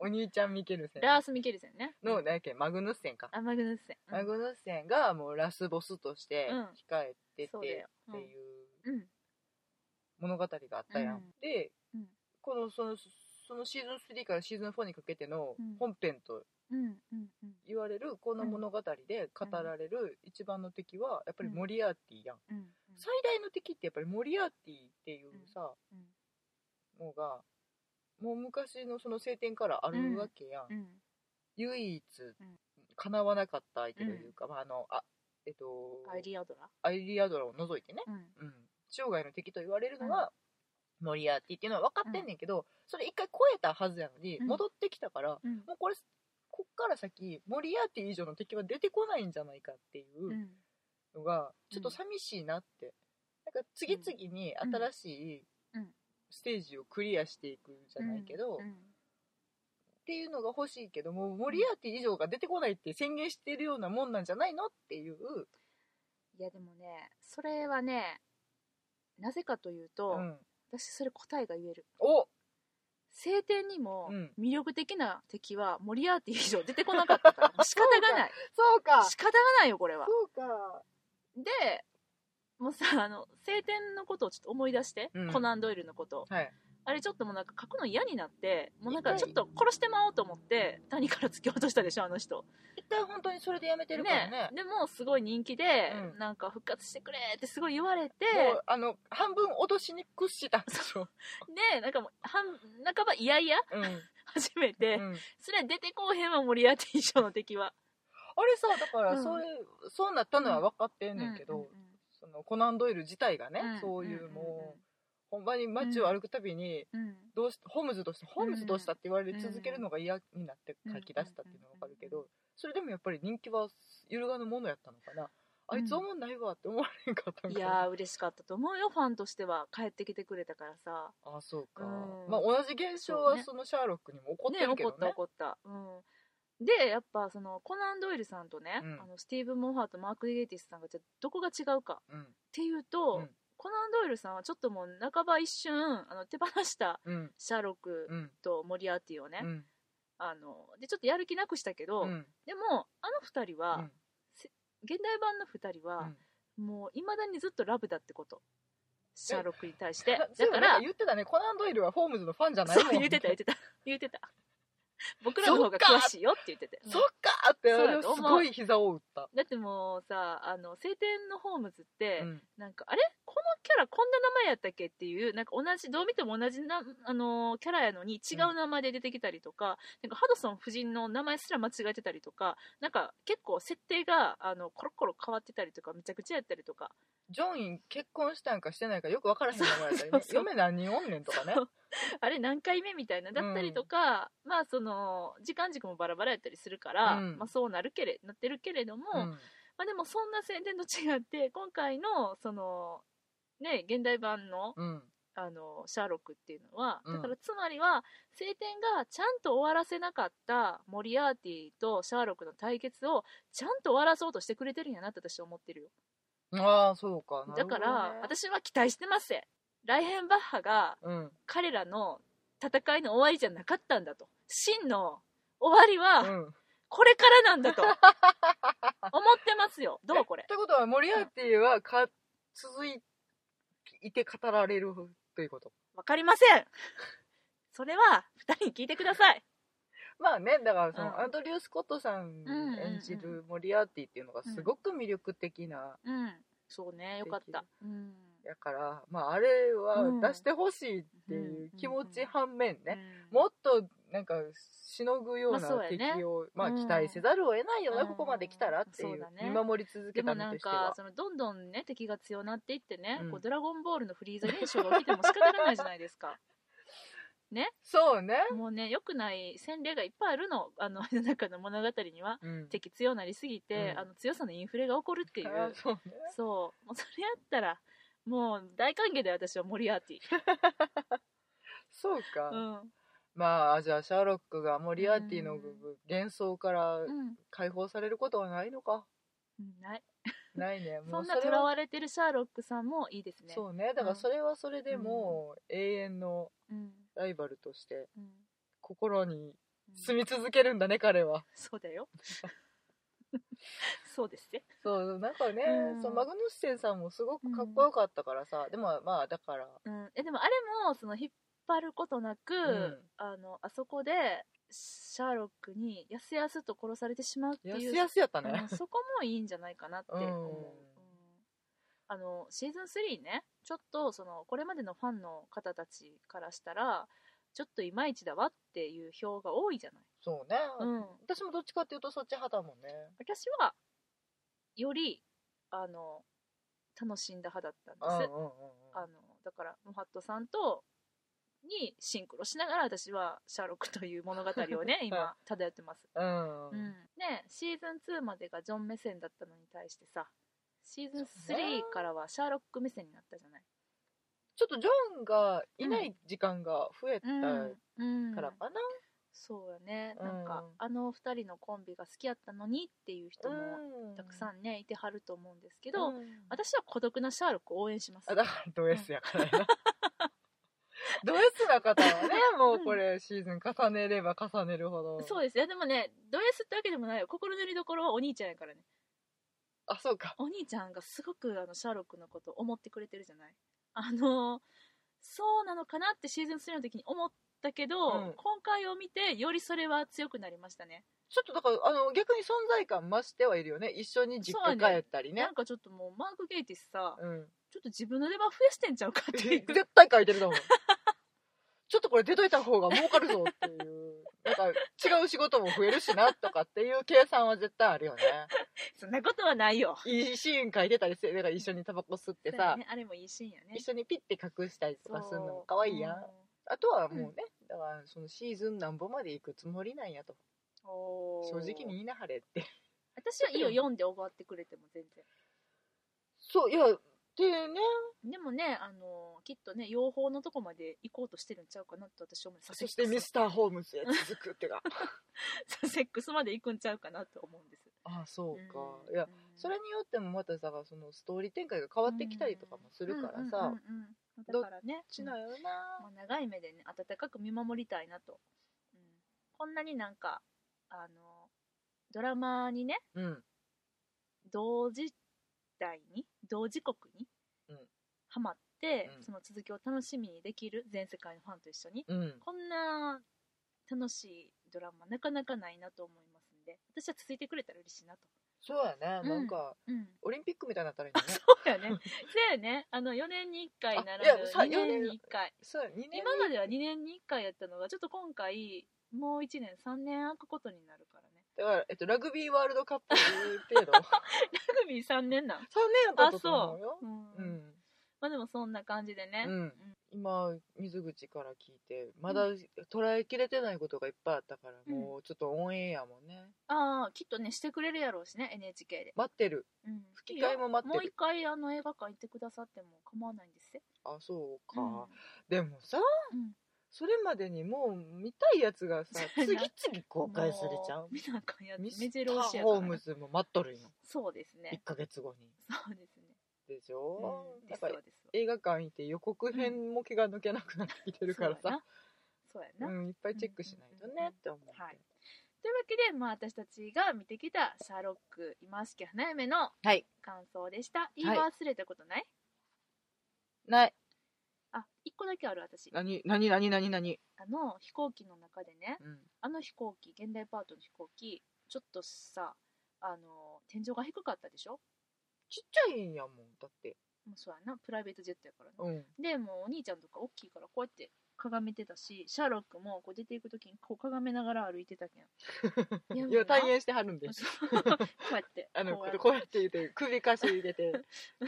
Speaker 2: お兄ちゃんミケルセ
Speaker 1: ラ
Speaker 2: ン
Speaker 1: ース・ミケルセンね
Speaker 2: のだっけマグヌッセンか、
Speaker 1: あマグヌスセン、うん
Speaker 2: マグヌッセンがもうラスボスとして
Speaker 1: うん
Speaker 2: 控えてて
Speaker 1: そ
Speaker 2: っ
Speaker 1: うだよ
Speaker 2: ていう
Speaker 1: うんうん
Speaker 2: 物語があったやん、
Speaker 1: うん
Speaker 2: で、
Speaker 1: うん
Speaker 2: このそのそのシーズン3からシーズン4にかけての
Speaker 1: うん
Speaker 2: 本編と
Speaker 1: うんうんうん
Speaker 2: 言われるこの物語で語られる一番の敵はやっぱりモリアーティやん、
Speaker 1: うん
Speaker 2: 最大の敵ってやっぱりモリアーティっていうさ、
Speaker 1: うん
Speaker 2: のがもう昔のその聖典からあるわけやん、
Speaker 1: うん
Speaker 2: 唯一
Speaker 1: ん
Speaker 2: 叶わなかった相手というか、まああのあえっと
Speaker 1: アイリアドラ
Speaker 2: アイリアドラを除いてね、
Speaker 1: うん
Speaker 2: うん、生涯の敵と言われるのは、モリアーティっていうのは分かってんねんけど、それ一回超えたはずやのに、
Speaker 1: うん
Speaker 2: 戻ってきたからも
Speaker 1: うん
Speaker 2: うこれこっから先モリアーティ以上の敵は出てこないんじゃないかっていううんのが、
Speaker 1: ん
Speaker 2: ちょっと寂しいなって、なんか次々に新しい
Speaker 1: うん
Speaker 2: ステージをクリアしていくじゃないけど、
Speaker 1: う
Speaker 2: っ
Speaker 1: ん
Speaker 2: ていうのが欲しいけどもうモリアーティ以上が出てこないって宣言してるようなもんなんじゃないのっていう、
Speaker 1: いやでもねそれはねなぜかというと、
Speaker 2: うん
Speaker 1: 私それ答えが言える
Speaker 2: お
Speaker 1: 晴天にも
Speaker 2: うん
Speaker 1: 魅力的な敵はモリアーティ以上出てこなかったから仕方がない
Speaker 2: そうか
Speaker 1: 仕方がないよこれは
Speaker 2: そうか
Speaker 1: でもうさあの晴天のことをちょっと思い出して、
Speaker 2: うん
Speaker 1: コナン・ドイルのこと
Speaker 2: はい
Speaker 1: あれちょっともうなんか書くの嫌になってもうなんか
Speaker 2: 痛い
Speaker 1: ちょっと殺してまおうと思って谷から突き落としたでしょあの人
Speaker 2: 一回本当にそれでやめてるからね
Speaker 1: でもすごい人気で、
Speaker 2: うん
Speaker 1: なんか復活してくれってすごい言われて
Speaker 2: もうあの半分脅しに屈したんで
Speaker 1: [LAUGHS]
Speaker 2: しょ、
Speaker 1: でなんかもう半半ばいやいや
Speaker 2: うん
Speaker 1: 始めて、
Speaker 2: うん
Speaker 1: それは出てこうへんわモリアーティ以上の敵は
Speaker 2: あれさだか
Speaker 1: う
Speaker 2: ら
Speaker 1: ん
Speaker 2: そう,、そうなったのは分かってんねんけど、
Speaker 1: うんうんうん
Speaker 2: そのコナン・ドイル自体がね、
Speaker 1: うん
Speaker 2: そういうもう,、
Speaker 1: う
Speaker 2: ほんまに街を歩くたびに、
Speaker 1: んうんうん
Speaker 2: どうしホームズとしてホームズとしたって言われ続けるのが嫌になって書き出したっていうのは分かるけどそれでもやっぱり人気は揺るがぬものやったのかなあいつ思んないわって思われんかった
Speaker 1: うんん
Speaker 2: か
Speaker 1: い
Speaker 2: な
Speaker 1: やー嬉しかったと思うよファンとしては帰ってきてくれたからさ
Speaker 2: あそうか、
Speaker 1: うん
Speaker 2: まあ同じ現象
Speaker 1: そう
Speaker 2: は
Speaker 1: ね
Speaker 2: そのシャーロックにも起こってるけ
Speaker 1: 怒
Speaker 2: ど
Speaker 1: った
Speaker 2: ね
Speaker 1: 怒った、うん、でやっぱそのコナン・ドイルさんとね、
Speaker 2: うん
Speaker 1: あのスティーブン・モンハーとマーク・ゲイティスさんがじゃあどこが違うかっ
Speaker 2: うん
Speaker 1: ていうと、
Speaker 2: うん
Speaker 1: コナン・ドイルさんはちょっともう半ば一瞬あの手放した
Speaker 2: うん
Speaker 1: シャーロック
Speaker 2: うん
Speaker 1: とモリアーティをね、
Speaker 2: うん
Speaker 1: あのでちょっとやる気なくしたけど、
Speaker 2: うん
Speaker 1: でもあの二人は、
Speaker 2: うん
Speaker 1: 現代版の二人は、もういまだにずっとラブだってことシャーロックに対してだ
Speaker 2: そう
Speaker 1: か
Speaker 2: なん
Speaker 1: ら
Speaker 2: 言ってたねコナン・ドイルはホームズのファンじゃない
Speaker 1: そ
Speaker 2: もん
Speaker 1: う言ってた言ってた言ってた僕らの方が詳しいよって言ってて
Speaker 2: そっかーってあれすごい膝を打った、
Speaker 1: だってもうさあの晴天のホームズって、
Speaker 2: うん
Speaker 1: なんかあれこのキャラこんな名前やったっけっていうなんか同じどう見ても同じな、あのーキャラやのに違う名前で出てきたりとか,、なんかハドソン夫人の名前すら間違えてたりとかなんか結構設定があのコロコロ変わってたりとかめちゃくちゃやったりとか
Speaker 2: ジョンイン結婚したんかしてないかよく分からへん名前やったり
Speaker 1: そ
Speaker 2: ね
Speaker 1: うそう
Speaker 2: 嫁何人おんねんとかね
Speaker 1: そうあれ何回目みたいなだったりとか、まあその時間軸もバラバラやったりするから、
Speaker 2: うん
Speaker 1: まあ、そうなるけれなってるけれども、
Speaker 2: うん
Speaker 1: まあ、でもそんな宣伝と違って [LAUGHS] 今回のそのね現代版の
Speaker 2: うん
Speaker 1: あのシャーロックっていうのは、
Speaker 2: うん
Speaker 1: だからつまりは聖典がちゃんと終わらせなかったモリアーティとシャーロックの対決をちゃんと終わらそうとしてくれてるんやなって私は思ってるよ
Speaker 2: ああそうかな
Speaker 1: だ
Speaker 2: る
Speaker 1: か
Speaker 2: ほどね
Speaker 1: ら、私は期待してますぜライヘンバッハが
Speaker 2: うん
Speaker 1: 彼らの戦いの終わりじゃなかったんだと真の終わりは
Speaker 2: うん
Speaker 1: これからなんだと思ってますよどうこれ
Speaker 2: ってことはモリアーティはか続いいて語られるということ
Speaker 1: わかりませんそれは2人に聞いてください
Speaker 2: まあねだからそ
Speaker 1: う
Speaker 2: の、
Speaker 1: ん
Speaker 2: アンドリュー・スコットさん演じ
Speaker 1: うんうん
Speaker 2: るモリアーティっていうのがすごく魅力的な、
Speaker 1: うんそうねよかったうん
Speaker 2: やからまああれは
Speaker 1: うん
Speaker 2: 出してほしいっていう気持ち反面ね、
Speaker 1: も
Speaker 2: もっとなんかしのぐような
Speaker 1: まあそうやね
Speaker 2: 敵を、まあ
Speaker 1: うん
Speaker 2: 期待せざるを得ないよな、
Speaker 1: うん
Speaker 2: ここまで来たらってい
Speaker 1: そう
Speaker 2: う
Speaker 1: だね
Speaker 2: 見守り続
Speaker 1: で
Speaker 2: け
Speaker 1: も
Speaker 2: た
Speaker 1: な
Speaker 2: 身
Speaker 1: ん
Speaker 2: として
Speaker 1: か
Speaker 2: は
Speaker 1: そのどんどんね敵が強なっていってね、
Speaker 2: うん
Speaker 1: こうドラゴンボールのフリーザ現象が起きても仕方がないじゃないです [LAUGHS] か
Speaker 2: そうね、
Speaker 1: もうね良くない洗礼がいっぱいあるのあの [LAUGHS] 世の中の物語には
Speaker 2: うん、
Speaker 1: 敵強なりすぎて、
Speaker 2: うん
Speaker 1: あの強さのインフレが起こるっていう
Speaker 2: あそうね
Speaker 1: そうもうそれやったらもう大歓迎で私はモリアーティ、
Speaker 2: そうか、
Speaker 1: うん
Speaker 2: まあじゃあシャーロックがモリアーティの部分幻想から
Speaker 1: うん
Speaker 2: 解放されることはないのか
Speaker 1: うん、ない
Speaker 2: ない
Speaker 1: [LAUGHS]
Speaker 2: ね
Speaker 1: そ
Speaker 2: もうん
Speaker 1: な
Speaker 2: れ
Speaker 1: とら
Speaker 2: は
Speaker 1: われてるシャーロックさんもいいですね
Speaker 2: そうねだか
Speaker 1: うん
Speaker 2: らそれはそれでもう永遠の
Speaker 1: うん
Speaker 2: ライバルとして
Speaker 1: うん
Speaker 2: 心に
Speaker 1: うん
Speaker 2: 住み続けるんだね彼は
Speaker 1: そうだよそうですね
Speaker 2: [LAUGHS] そうなんかね、
Speaker 1: うん
Speaker 2: そのマグヌッセンさんもすごくかっこよかったからさ、でもまあだから
Speaker 1: うん、えでもあれもその引っ張ることなく、
Speaker 2: ん
Speaker 1: あのあそこでシャーロックにやすやすと殺されてしまうって
Speaker 2: や
Speaker 1: い
Speaker 2: す
Speaker 1: う
Speaker 2: やすやった
Speaker 1: うん
Speaker 2: ね、
Speaker 1: そこもいいんじゃないかなって思う、
Speaker 2: うん
Speaker 1: うんあのシーズン3ねちょっとそのこれまでのファンの方たちからしたらちょっといまいちだわっていう票が多いじゃない、
Speaker 2: そうね、
Speaker 1: うん、
Speaker 2: 私もどっちかっていうとそっち派だもんね
Speaker 1: 私はよりあの楽しんだ派だったんです、
Speaker 2: うんうんうんうん
Speaker 1: あのだからムハットさんとにシンクロしながら私はシャーロックという物語を
Speaker 2: [LAUGHS]
Speaker 1: ね今漂ってます、
Speaker 2: うん
Speaker 1: うん、ねシーズン2までがジョン目線だったのに対してさシーズン
Speaker 2: そうね
Speaker 1: 3からはシャーロック目線になったじゃない
Speaker 2: ちょっとジョンがいない時間が増えた
Speaker 1: うん、うん
Speaker 2: からかな、
Speaker 1: そうやね
Speaker 2: うん
Speaker 1: なんか、あの二人のコンビが好きやったのにっていう人も
Speaker 2: うん
Speaker 1: たくさんねいてはると思うんですけ
Speaker 2: け
Speaker 1: ど、私は孤独なシャーロックを応援します
Speaker 2: あだからド S
Speaker 1: [LAUGHS]
Speaker 2: やからやなド S な方はねもうこれシーズン重ねれば重ねるほど
Speaker 1: そうですいやでもねド S ってわけでもないよ心のよりどころはお兄ちゃんやからね
Speaker 2: あそうか
Speaker 1: お兄ちゃんがすごくあのシャーロックのことを思ってくれてるじゃないあのそうなのかなってシーズン3の時に思ったけど、
Speaker 2: うん
Speaker 1: 今回を見てよりそれは強くなりましたね
Speaker 2: ちょっとだからあの逆に存在感増してはいるよね一緒に実家帰ったりね
Speaker 1: なんかちょっともうマーク・ゲイティスさ [LAUGHS]
Speaker 2: うん
Speaker 1: ちょっと自分の出番増やしてんちゃうかって
Speaker 2: [LAUGHS]
Speaker 1: いう
Speaker 2: 絶対書いてると思うちょっとこれ出といた方が儲かるぞっていうなんか違う仕事も増えるしなとかっていう計算は絶対あるよね
Speaker 1: そんなことはないよ
Speaker 2: いいシーン書いてたりしてなんか一緒にタバコ吸って
Speaker 1: そう
Speaker 2: さ、
Speaker 1: やねあれもいいシーンやね
Speaker 2: 一緒にピッて隠したりとかするのかわいいやんあとはもうね、だからそのシーズンなんぼまで行くつもりなんやと正
Speaker 1: 正
Speaker 2: 直に言いなはれって
Speaker 1: 私はいいよ読んで終わってくれても全然
Speaker 2: そういやでね
Speaker 1: でもね、あのきっとね、養蜂のとこまで行こうとしてるんちゃうかなと私は思う。
Speaker 2: そしてミスターホームズへ続くってか
Speaker 1: サセックスまで行くんちゃうかなと思うんです。
Speaker 2: ああそうか、
Speaker 1: うん
Speaker 2: いやそれによってもまたさそのストーリー展開が変わってきたりとかもするからさ、
Speaker 1: うんうんうんうんだからね、
Speaker 2: ちな
Speaker 1: うん
Speaker 2: よな、
Speaker 1: まあ、長い目でね、温かく見守りたいなと。うん、こんなになんか、あのドラマにね、
Speaker 2: うん
Speaker 1: 同時代に、同時刻に、
Speaker 2: うん
Speaker 1: ハマって、
Speaker 2: うん
Speaker 1: その続きを楽しみにできる全世界のファンと一緒に。
Speaker 2: うん
Speaker 1: こんな楽しいドラマなかなかないなと思いますんで私は続いてくれたら嬉しいなと、
Speaker 2: そうやね、
Speaker 1: うん
Speaker 2: なんか
Speaker 1: うん、
Speaker 2: オリンピックみたいになったらいいのね
Speaker 1: [LAUGHS] そうやねそうやねあの4年に1回なら
Speaker 2: あいや
Speaker 1: ぬ
Speaker 2: さ
Speaker 1: 2年
Speaker 2: 4
Speaker 1: に1回
Speaker 2: そう2年
Speaker 1: 今までは2年に1回やったのがちょっと今回もう1年3年空くことになるからね
Speaker 2: だから、えっと、ラグビーワールドカップいう
Speaker 1: [LAUGHS]
Speaker 2: 程度3
Speaker 1: ラグビー3年なん
Speaker 2: 年やったと思うよ
Speaker 1: う、
Speaker 2: うんん、
Speaker 1: まあでもそんな感じでね、
Speaker 2: うん、今水口から聞いてまだ捉えきれてないことがいっぱいあったから、
Speaker 1: うん
Speaker 2: もうちょっとオンエアもね
Speaker 1: ああきっとねしてくれるやろうしね NHK で、
Speaker 2: 待ってる
Speaker 1: うん、
Speaker 2: 吹き替えも待
Speaker 1: も
Speaker 2: っ
Speaker 1: う
Speaker 2: て
Speaker 1: 一
Speaker 2: る
Speaker 1: 回あの映画館行ってくださっても構わないんですよ、
Speaker 2: あそう
Speaker 1: う
Speaker 2: か、
Speaker 1: ん
Speaker 2: でもさ、
Speaker 1: うん
Speaker 2: それまでにもう見たいやつ
Speaker 1: [LAUGHS]
Speaker 2: がさ
Speaker 1: そう
Speaker 2: 次
Speaker 1: やな
Speaker 2: 々公開されちゃう
Speaker 1: も見なあかんやつ
Speaker 2: ミ
Speaker 1: 目
Speaker 2: スタ
Speaker 1: 白押し
Speaker 2: ー
Speaker 1: やか
Speaker 2: ホ
Speaker 1: ら
Speaker 2: ー
Speaker 1: な
Speaker 2: ムズも待っとるんよ
Speaker 1: そうです
Speaker 2: 1
Speaker 1: ね
Speaker 2: ヶ月後に
Speaker 1: そうですね
Speaker 2: でし
Speaker 1: う
Speaker 2: ょ、
Speaker 1: ん
Speaker 2: だ
Speaker 1: そ
Speaker 2: か
Speaker 1: う
Speaker 2: ら
Speaker 1: です
Speaker 2: 映画館行って予告編も気が抜けなくなってきてるから
Speaker 1: そうや
Speaker 2: さ
Speaker 1: な、そうや
Speaker 2: う
Speaker 1: な、
Speaker 2: んいっぱいチェックしないとねって思って、
Speaker 1: はいというわけで、まあ、私たちが見てきた「シャーロック今しき花嫁」の
Speaker 2: はい
Speaker 1: 感想でした言い忘れたことない、
Speaker 2: ない
Speaker 1: あ一個だけある私
Speaker 2: 何何何何何、
Speaker 1: あの飛行機の中でね
Speaker 2: うん、
Speaker 1: あの飛行機現代パートの飛行機ちょっとさあの天井が低かったでしょ
Speaker 2: ちっちゃいんやもんだって
Speaker 1: もうそうやなプライベートジェットやからな
Speaker 2: うん
Speaker 1: でもうお兄ちゃんとか大きいからこうやってかがめてたしシャーロックもこう出ていく時にこうかがめながら歩いてた
Speaker 2: [LAUGHS]
Speaker 1: けん
Speaker 2: いや体
Speaker 1: 変
Speaker 2: 現してはるんで [LAUGHS]
Speaker 1: こうやって
Speaker 2: あの
Speaker 1: こうやって
Speaker 2: こうやって言って首かしげて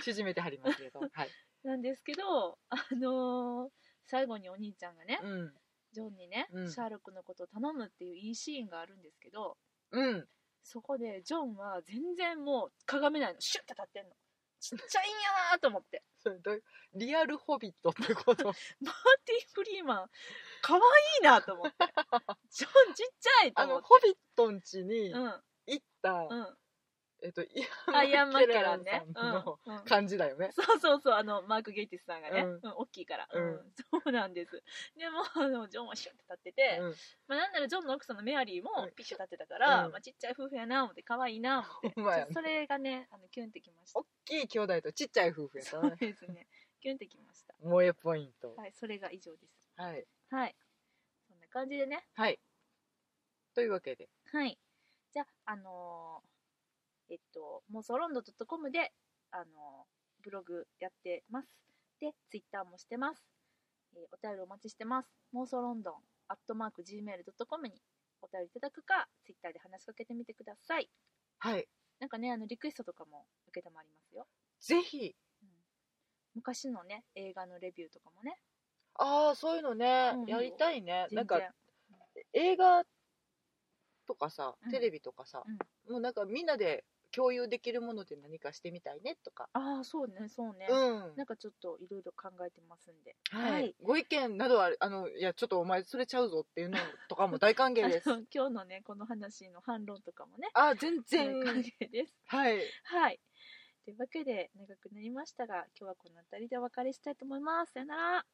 Speaker 2: 縮めてはりますけどはい、
Speaker 1: なんですけどあのー最後にお兄ちゃんがね
Speaker 2: うん
Speaker 1: ジョンにね、
Speaker 2: うん
Speaker 1: シャーロックのことを頼むっていういいシーンがあるんですけど
Speaker 2: うん、
Speaker 1: そこでジョンは全然もうかがめないのシュッて立ってんのちっちゃいんやなと思って
Speaker 2: それどうリアルホビットってこと
Speaker 1: マーティン・フリーマンかわいいなと思って
Speaker 2: [LAUGHS]
Speaker 1: ジョンちっちゃいと
Speaker 2: あ
Speaker 1: 思っ
Speaker 2: の
Speaker 1: て
Speaker 2: ホビットんちに
Speaker 1: うん
Speaker 2: 行った、
Speaker 1: うん
Speaker 2: [LAUGHS] えっとイ
Speaker 1: アイア
Speaker 2: ア
Speaker 1: ン
Speaker 2: ン
Speaker 1: マッ
Speaker 2: マッ
Speaker 1: ケ
Speaker 2: ケ
Speaker 1: ラ
Speaker 2: ラ
Speaker 1: ン
Speaker 2: ン
Speaker 1: ね
Speaker 2: さ。
Speaker 1: うん
Speaker 2: んの
Speaker 1: うん
Speaker 2: 感じだよ
Speaker 1: [LAUGHS]
Speaker 2: ね、
Speaker 1: そうそうそう、あの、マーク・ゲイティスさんがね、
Speaker 2: うん
Speaker 1: うん大きいから、う
Speaker 2: うんん
Speaker 1: そうなんです。でも、あの、ジョンはシュッて立ってて、
Speaker 2: うん
Speaker 1: まあ、なんならジョンの奥さんのメアリーも
Speaker 2: うん
Speaker 1: ピシュ立ってたから、
Speaker 2: うん
Speaker 1: まあ、ちっちゃい夫婦やな、思って、可愛いな、思って。
Speaker 2: ほんま
Speaker 1: ちょっ
Speaker 2: やね
Speaker 1: とそれがね、あの、キュンってきました
Speaker 2: 大。きい兄弟とちっちゃい夫婦やか
Speaker 1: そ
Speaker 2: ら
Speaker 1: う
Speaker 2: ね
Speaker 1: ですね。キュンってきました。
Speaker 2: 萌えポイント
Speaker 1: はい、それが以上です。
Speaker 2: はい
Speaker 1: はい。そんな感じでね。
Speaker 2: はいというわけで
Speaker 1: はい。じゃあ、あのーえっと、妄想ロンドン .com で、あのーブログやってます。で、ツイッターもしてます。えーお便りお待ちしてます。妄想ロンドン、アットマーク Gmail.com にお便りいただくか、ツイッターで話しかけてみてください。
Speaker 2: はい
Speaker 1: なんかね、あの、リクエストとかも受けたまりますよ。
Speaker 2: ぜひ
Speaker 1: うん昔のね、映画のレビューとかもね、
Speaker 2: ああそういうのね、
Speaker 1: うん
Speaker 2: やりたいね
Speaker 1: 全
Speaker 2: な
Speaker 1: 然
Speaker 2: んか映画とかさ
Speaker 1: うん
Speaker 2: テレビとかさ、もうなんかみんなで共有できるもので何かしてみたいねとか、
Speaker 1: ああ、そうね、そうね。
Speaker 2: うん
Speaker 1: なんかちょっといろいろ考えてますんで。
Speaker 2: はい
Speaker 4: はい
Speaker 2: ご意見などはあのいやちょっとお前それちゃうぞっていうのとかも大歓迎です
Speaker 1: あの [LAUGHS] 今日のね、この話の反論とかもね、
Speaker 2: あー全
Speaker 1: 全
Speaker 2: 然
Speaker 1: 歓迎です。
Speaker 2: はい
Speaker 1: はい。というわけで、長くなりましたが、今日はこの辺りでお別れしたいと思います。さよなら。